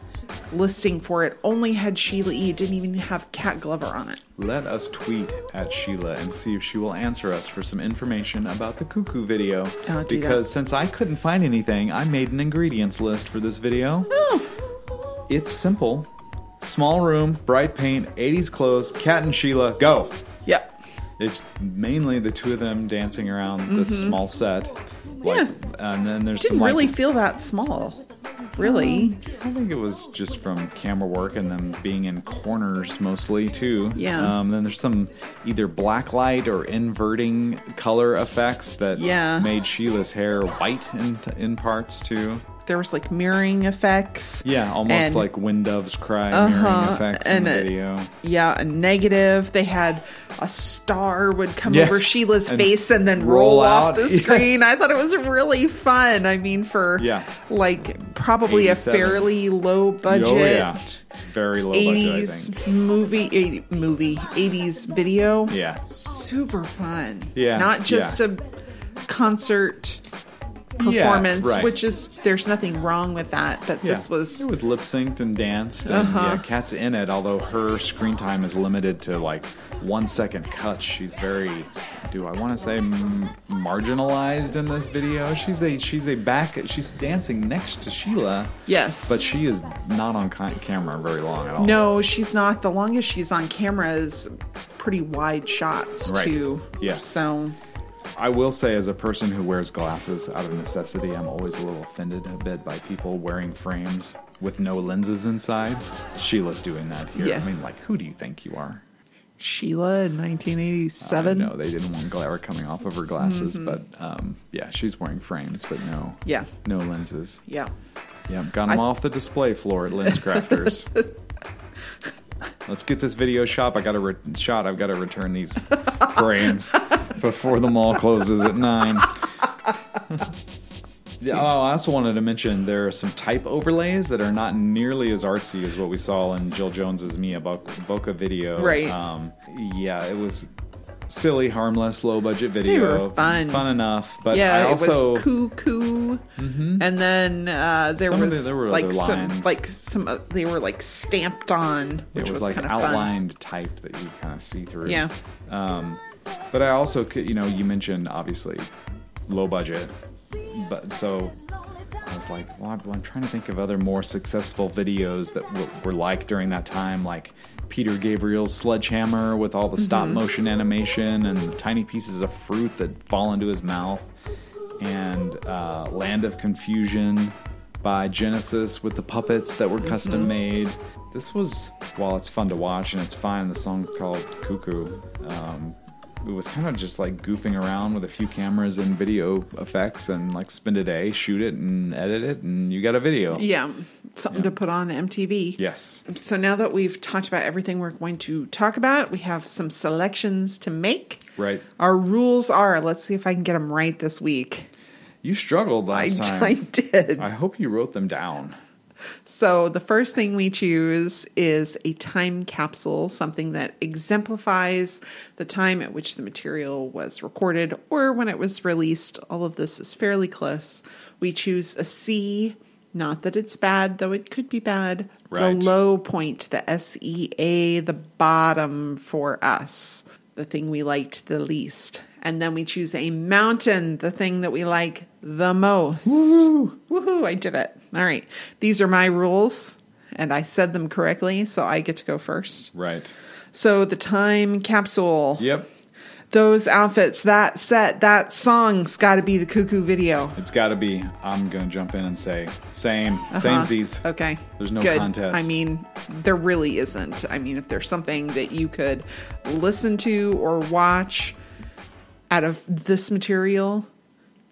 Speaker 1: listing for it only had Sheila E. It didn't even have Cat Glover on it.
Speaker 2: Let us tweet at Sheila and see if she will answer us for some information about the cuckoo video.
Speaker 1: Oh, do
Speaker 2: because
Speaker 1: that.
Speaker 2: since I couldn't find anything, I made an ingredients list for this video. It's simple. Small room, bright paint, 80s clothes, cat and Sheila, go.
Speaker 1: Yep.
Speaker 2: It's mainly the two of them dancing around this small set. Like, And
Speaker 1: Mm-hmm.
Speaker 2: then there's
Speaker 1: Didn't
Speaker 2: some like, Oh.
Speaker 1: really feel that small. Really.
Speaker 2: I think it was just from camera work and them being in corners mostly too.
Speaker 1: Yeah.
Speaker 2: Um, then there's some either black light or inverting color effects that
Speaker 1: Yeah.
Speaker 2: made Sheila's hair white in in parts too.
Speaker 1: there was like mirroring effects.
Speaker 2: Yeah, almost
Speaker 1: And-
Speaker 2: like wind doves cry mirroring
Speaker 1: Uh-huh,
Speaker 2: effects in
Speaker 1: and
Speaker 2: the
Speaker 1: it-
Speaker 2: video.
Speaker 1: yeah, a negative. They had a star would come
Speaker 2: Yes,
Speaker 1: over Sheila's
Speaker 2: and
Speaker 1: face and then
Speaker 2: roll
Speaker 1: roll, off
Speaker 2: out,
Speaker 1: the
Speaker 2: [LAUGHS] yes.
Speaker 1: screen. I thought it was really fun. I mean, for
Speaker 2: Yeah.
Speaker 1: like probably a
Speaker 2: 87.
Speaker 1: fairly low budget.
Speaker 2: Oh yeah, very low budget. I
Speaker 1: 80s
Speaker 2: think.
Speaker 1: movie, 80, movie, 80s video.
Speaker 2: Yeah,
Speaker 1: Super fun.
Speaker 2: Yeah,
Speaker 1: Not just
Speaker 2: yeah.
Speaker 1: a concert performance,
Speaker 2: right.
Speaker 1: which is, there's nothing wrong with that, but
Speaker 2: Yeah.
Speaker 1: this was Uh-huh.
Speaker 2: it was lip synced and danced. And yeah, Kat's in it, although her screen time is limited to like one second cuts. She's very, do I want to say, m- marginalized in this video? She's a she's a back. She's dancing next to Sheila.
Speaker 1: Yes.
Speaker 2: but she is not on ca- camera very long at all.
Speaker 1: No, she's not. The longest she's on camera is pretty wide shots
Speaker 2: Right.
Speaker 1: too.
Speaker 2: Yes.
Speaker 1: So
Speaker 2: I will say, as a person who wears glasses out of necessity, I'm always a little offended a bit by people wearing frames with no lenses inside. Sheila's doing that here.
Speaker 1: Yeah.
Speaker 2: I mean, like, who do you think you are?
Speaker 1: Sheila in nineteen eighty
Speaker 2: No,
Speaker 1: seven. Mm-hmm.
Speaker 2: they didn't want glare coming off of her glasses, but um, yeah, she's wearing frames, but no,
Speaker 1: Yeah.
Speaker 2: no lenses.
Speaker 1: Yeah.
Speaker 2: Yeah, got them
Speaker 1: I-
Speaker 2: off the display floor at Lens
Speaker 1: [LAUGHS]
Speaker 2: Crafters. Let's get this video shop. I got a re- shot. I've got to return these frames before the mall closes at nine. [LAUGHS] Yeah, oh, I also wanted to mention there are some type overlays that are not nearly as artsy as what we saw in Jill Jones's Mia Bo- Boca video.
Speaker 1: Right.
Speaker 2: Um, yeah, it was silly, harmless, low budget video.
Speaker 1: were fun.
Speaker 2: fun enough. But I
Speaker 1: yeah,
Speaker 2: also Mm-hmm.
Speaker 1: it was cuckoo, and then uh, there
Speaker 2: Some of the-
Speaker 1: was
Speaker 2: there were
Speaker 1: like
Speaker 2: other
Speaker 1: some
Speaker 2: lines.
Speaker 1: like some uh, they were like stamped on, which
Speaker 2: it was,
Speaker 1: was,
Speaker 2: like
Speaker 1: kind of
Speaker 2: outlined type that you kind of see
Speaker 1: Fun.
Speaker 2: through.
Speaker 1: Yeah,
Speaker 2: But I also, c- you know, you mentioned obviously low budget, but so I was like, well, I'm, I'm trying to think of other more successful videos that w- were like during that time, like Peter Gabriel's Sledgehammer with all the stop
Speaker 1: Mm-hmm.
Speaker 2: motion animation and the tiny pieces of fruit that fall into his mouth, and uh, Land of Confusion by Genesis with the puppets that were
Speaker 1: Mm-hmm.
Speaker 2: custom made. This was, while it's fun to watch and it's fine, the song's called Cuckoo. Um, it was kind of just like goofing around with a few cameras and video effects and like spend a day, shoot it and edit it, and you got a video.
Speaker 1: yeah, something to put on MTV.
Speaker 2: Yes.
Speaker 1: So now that we've talked about everything we're going to talk about, we have some selections to make.
Speaker 2: Right.
Speaker 1: Our rules are let's see if I can get them right this week.
Speaker 2: You struggled
Speaker 1: I, [LAUGHS]
Speaker 2: last
Speaker 1: I
Speaker 2: time.
Speaker 1: did.
Speaker 2: I hope you wrote them down.
Speaker 1: So the first thing we choose is a time capsule, something that exemplifies the time at which the material was recorded or when it was released. All of this is fairly close. We choose a C, not that it's bad, though it could be bad.
Speaker 2: Right.
Speaker 1: The low point, the SEA, the bottom for us, the thing we liked the least. And then we choose a mountain, the thing that we like the most. Woohoo! Woohoo, I did it. All right. These are my rules, and I said them correctly, so I get to go first.
Speaker 2: Right.
Speaker 1: So the time capsule,
Speaker 2: Yep.
Speaker 1: those outfits, that set, that song's got to be the cuckoo video.
Speaker 2: It's got to be. I'm going to jump in and say same,
Speaker 1: Uh-huh.
Speaker 2: same Z's.
Speaker 1: Huh. Okay.
Speaker 2: There's no
Speaker 1: Good.
Speaker 2: contest.
Speaker 1: I mean, there really isn't. I mean, if there's something that you could listen to or watch out of this material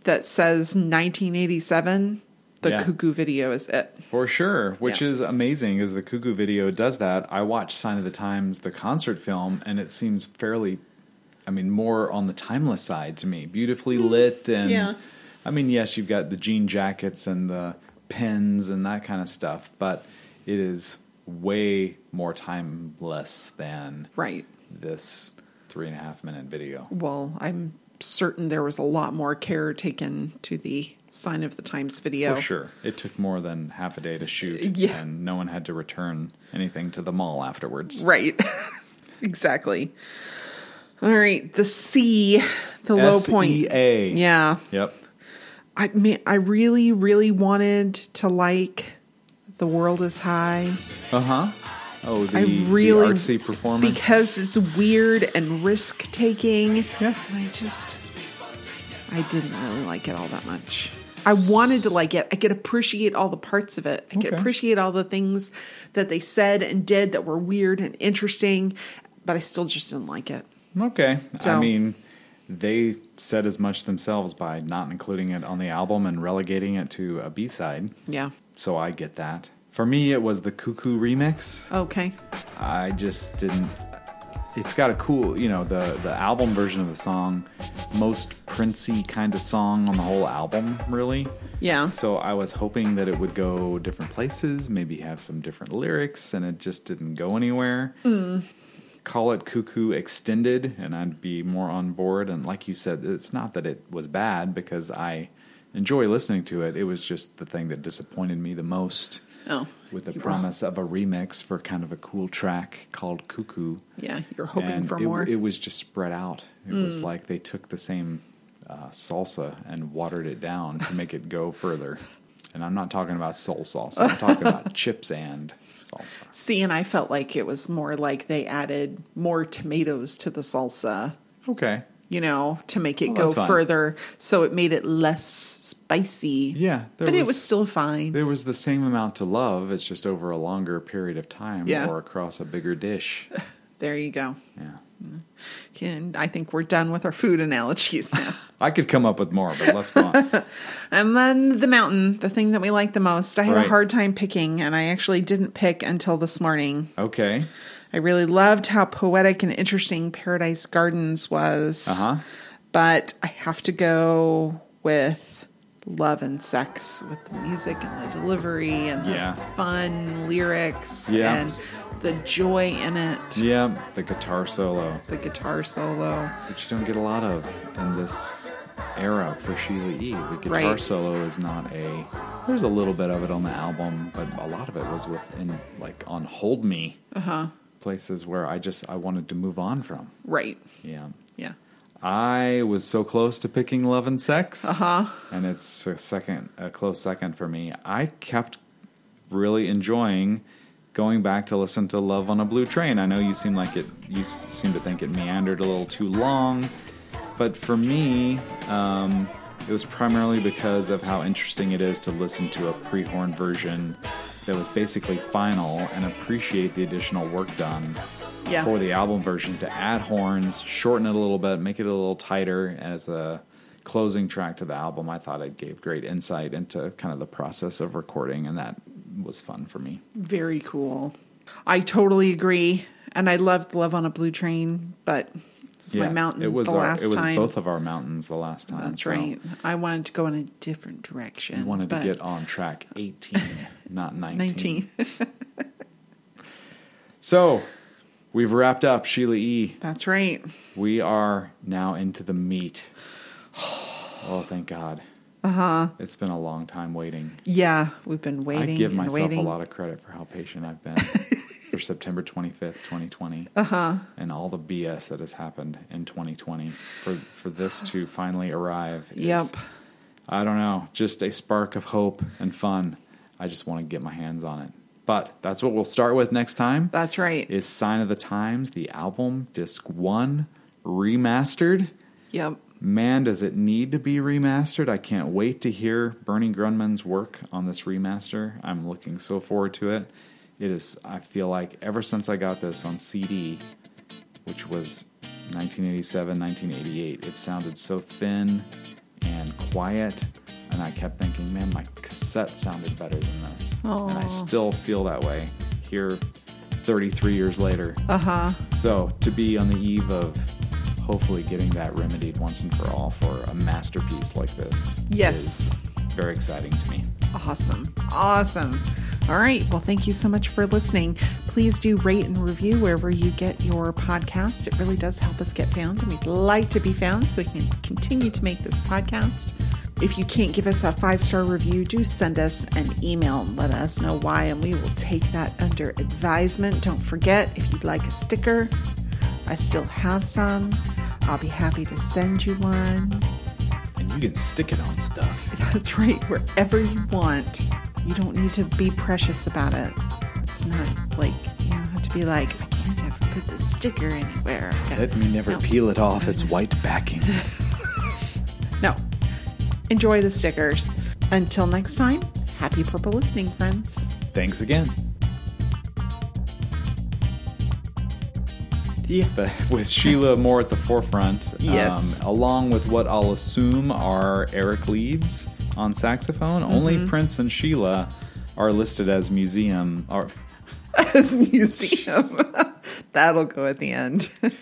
Speaker 1: that says 1987, the
Speaker 2: Yeah.
Speaker 1: cuckoo video is it.
Speaker 2: For sure, which
Speaker 1: Yeah.
Speaker 2: is amazing because the Cuckoo video does that. I watched Sign of the Times, the concert film, and it seems fairly, I mean, more on the timeless side to me. Beautifully lit, and
Speaker 1: Hmm. yeah.
Speaker 2: I mean, yes, you've got the jean jackets and the pins and that kind of stuff, but it is way more timeless than
Speaker 1: Right.
Speaker 2: this three and a half minute video.
Speaker 1: Well, I'm certain there was a lot more care taken to the Sign of the Times video.
Speaker 2: For sure. It took more than half a day to shoot,
Speaker 1: Yeah.
Speaker 2: and no one had to return anything to the mall afterwards.
Speaker 1: Right. [LAUGHS] exactly. All right. The C, the low
Speaker 2: E
Speaker 1: point.
Speaker 2: SEA.
Speaker 1: Yeah.
Speaker 2: Yep.
Speaker 1: I mean, I really, really wanted to like The World is High.
Speaker 2: Uh huh. Oh, the,
Speaker 1: I
Speaker 2: the
Speaker 1: really.
Speaker 2: artsy performance
Speaker 1: Because it's weird and risk taking.
Speaker 2: Yeah.
Speaker 1: And I just. I didn't really like it all that much. I wanted to like it. I could appreciate all the parts of it. I could
Speaker 2: Okay.
Speaker 1: appreciate all the things that they said and did that were weird and interesting, but I still just didn't like it.
Speaker 2: Okay. I
Speaker 1: So-
Speaker 2: mean, they said as much themselves by not including it on the album and relegating it to a B side.
Speaker 1: Yeah.
Speaker 2: So I get that. For me, it was the Cuckoo remix.
Speaker 1: Okay.
Speaker 2: I just didn't. It's got a cool, you know, the the album version of the song, most Princey kind of song on the whole album, really.
Speaker 1: Yeah.
Speaker 2: So I was hoping that it would go different places, maybe have some different lyrics, and it just didn't go anywhere. Call it Cuckoo Extended, and I'd be more on board. And like you said, it's not that it was bad because I enjoy listening to it. It was just the thing that disappointed me the most
Speaker 1: Oh.
Speaker 2: with the promise of a remix for kind of a cool track called Cuckoo.
Speaker 1: Yeah. You're hoping
Speaker 2: And
Speaker 1: for
Speaker 2: it,
Speaker 1: more. Mm.
Speaker 2: It was just spread out. It was like they took the same uh, salsa and watered it down to make it go [LAUGHS] further. And I'm not talking about soul salsa. I'm
Speaker 1: [LAUGHS]
Speaker 2: talking about chips and salsa.
Speaker 1: See, and I felt like it was more like they added more tomatoes to the salsa,
Speaker 2: Okay.
Speaker 1: you know, to make it
Speaker 2: Well,
Speaker 1: go
Speaker 2: Oh, that's fine.
Speaker 1: further. So it made it less spicy.
Speaker 2: Yeah, there
Speaker 1: But it
Speaker 2: was-
Speaker 1: was still fine.
Speaker 2: There was the same amount to love. It's just over a longer period of time
Speaker 1: Yeah.
Speaker 2: or across a bigger dish.
Speaker 1: there you go.
Speaker 2: Yeah.
Speaker 1: And I think we're done with our food analogies
Speaker 2: [LAUGHS]
Speaker 1: now.
Speaker 2: I could come up with more, but let's go on.
Speaker 1: [LAUGHS] and then the mountain, the thing that we like the most. I had
Speaker 2: Right.
Speaker 1: a hard time picking, and I actually didn't pick until this morning.
Speaker 2: Okay.
Speaker 1: I really loved how poetic and interesting Paradise Gardens was.
Speaker 2: Uh huh.
Speaker 1: but I have to go with love and sex with the music and the delivery and the
Speaker 2: Yeah.
Speaker 1: fun lyrics
Speaker 2: Yeah.
Speaker 1: and the joy in it.
Speaker 2: Yeah, the guitar solo.
Speaker 1: The guitar solo.
Speaker 2: which you don't get a lot of in this era for Sheila E. The guitar
Speaker 1: Right.
Speaker 2: solo is not a. There's a little bit of it on the album, but a lot of it was within like on Hold Me. Uh
Speaker 1: Uh-huh.
Speaker 2: huh. Places where I just I wanted to move on from.
Speaker 1: Right.
Speaker 2: Yeah.
Speaker 1: Yeah.
Speaker 2: I was so close to picking Love and Sex.
Speaker 1: Uh-huh.
Speaker 2: Uh huh. And it's a second, a close second for me. I kept really enjoying going back to listen to Love on a Blue Train. I know you seem like it, you s- seem to think it meandered a little too long, but for me, um, it was primarily because of how interesting it is to listen to a pre horn version that was basically final and appreciate the additional work done
Speaker 1: Yeah.
Speaker 2: for the album version to add horns, shorten it a little bit, make it a little tighter as a closing track to the album. I thought it gave great insight into kind of the process of recording, and that was fun for me.
Speaker 1: Very cool. I totally agree. And I loved Love on a Blue Train, but It was my mountain
Speaker 2: It was
Speaker 1: the
Speaker 2: our,
Speaker 1: last
Speaker 2: it was
Speaker 1: time.
Speaker 2: both of our mountains the last time.
Speaker 1: That's
Speaker 2: so
Speaker 1: right. I wanted to go in a different
Speaker 2: I
Speaker 1: direction.
Speaker 2: wanted
Speaker 1: but
Speaker 2: to get on track 18,
Speaker 1: [LAUGHS]
Speaker 2: not 19.
Speaker 1: 19.
Speaker 2: So we've wrapped up Sheila E.
Speaker 1: [LAUGHS] That's right.
Speaker 2: We are now into the meat. [SIGHS] Oh, thank God.
Speaker 1: Uh-huh.
Speaker 2: Uh huh. It's been a long time waiting.
Speaker 1: Yeah, we've been waiting.
Speaker 2: I give
Speaker 1: and
Speaker 2: myself
Speaker 1: waiting.
Speaker 2: a lot of credit for how patient I've
Speaker 1: [LAUGHS]
Speaker 2: been for September 25th, 2020.
Speaker 1: Uh-huh.
Speaker 2: And all the BS that has happened in 2020 for, for this to finally arrive. is,
Speaker 1: Yep.
Speaker 2: I don't know, just a spark of hope and fun. I just want to get my hands on it. But that's what we'll start with next time.
Speaker 1: That's right.
Speaker 2: Is Sign of the Times, the album, disc one, remastered.
Speaker 1: Yep.
Speaker 2: Man, does it need to be remastered? I can't wait to hear Bernie Grunman's work on this remaster. I'm looking so forward to it. It is, I feel like, ever since I got this on CD, which was 1987, 1988, it sounded so thin and quiet. And I kept thinking, man, my cassette sounded better than this. And I still feel that way here 33 years later. Uh huh. So to be on the eve of hopefully getting that remedied once and for all for a masterpiece like this
Speaker 1: Yes.
Speaker 2: is very exciting to me.
Speaker 1: Awesome. Awesome. All right. Well, thank you so much for listening. Please do rate and review wherever you get your podcast. It really does help us get found, and we'd like to be found so we can continue to make this podcast. If you can't give us a five star review, do send us an email and let us know why, and we will take that under advisement. Don't forget, if you'd like a sticker, I still have some. I'll be happy to send you one.
Speaker 2: And you can stick it on stuff.
Speaker 1: That's right, wherever you want. You don't need to be precious about it. It's not like you don't have to be like, I can't ever put this sticker anywhere. I gotta-"
Speaker 2: Let me never
Speaker 1: No.
Speaker 2: peel it off its white
Speaker 1: [LAUGHS]
Speaker 2: backing.
Speaker 1: No. Enjoy the stickers. Until next time, happy purple listening, friends. [LAUGHS]
Speaker 2: Thanks again. Yeah, but with Sheila more at the forefront, um,
Speaker 1: Yes.
Speaker 2: along with what I'll assume are Eric Leeds on saxophone,
Speaker 1: Mm-hmm.
Speaker 2: only Prince and Sheila are listed as museum. Are,
Speaker 1: [LAUGHS] This museum. That'll go at the end. [LAUGHS]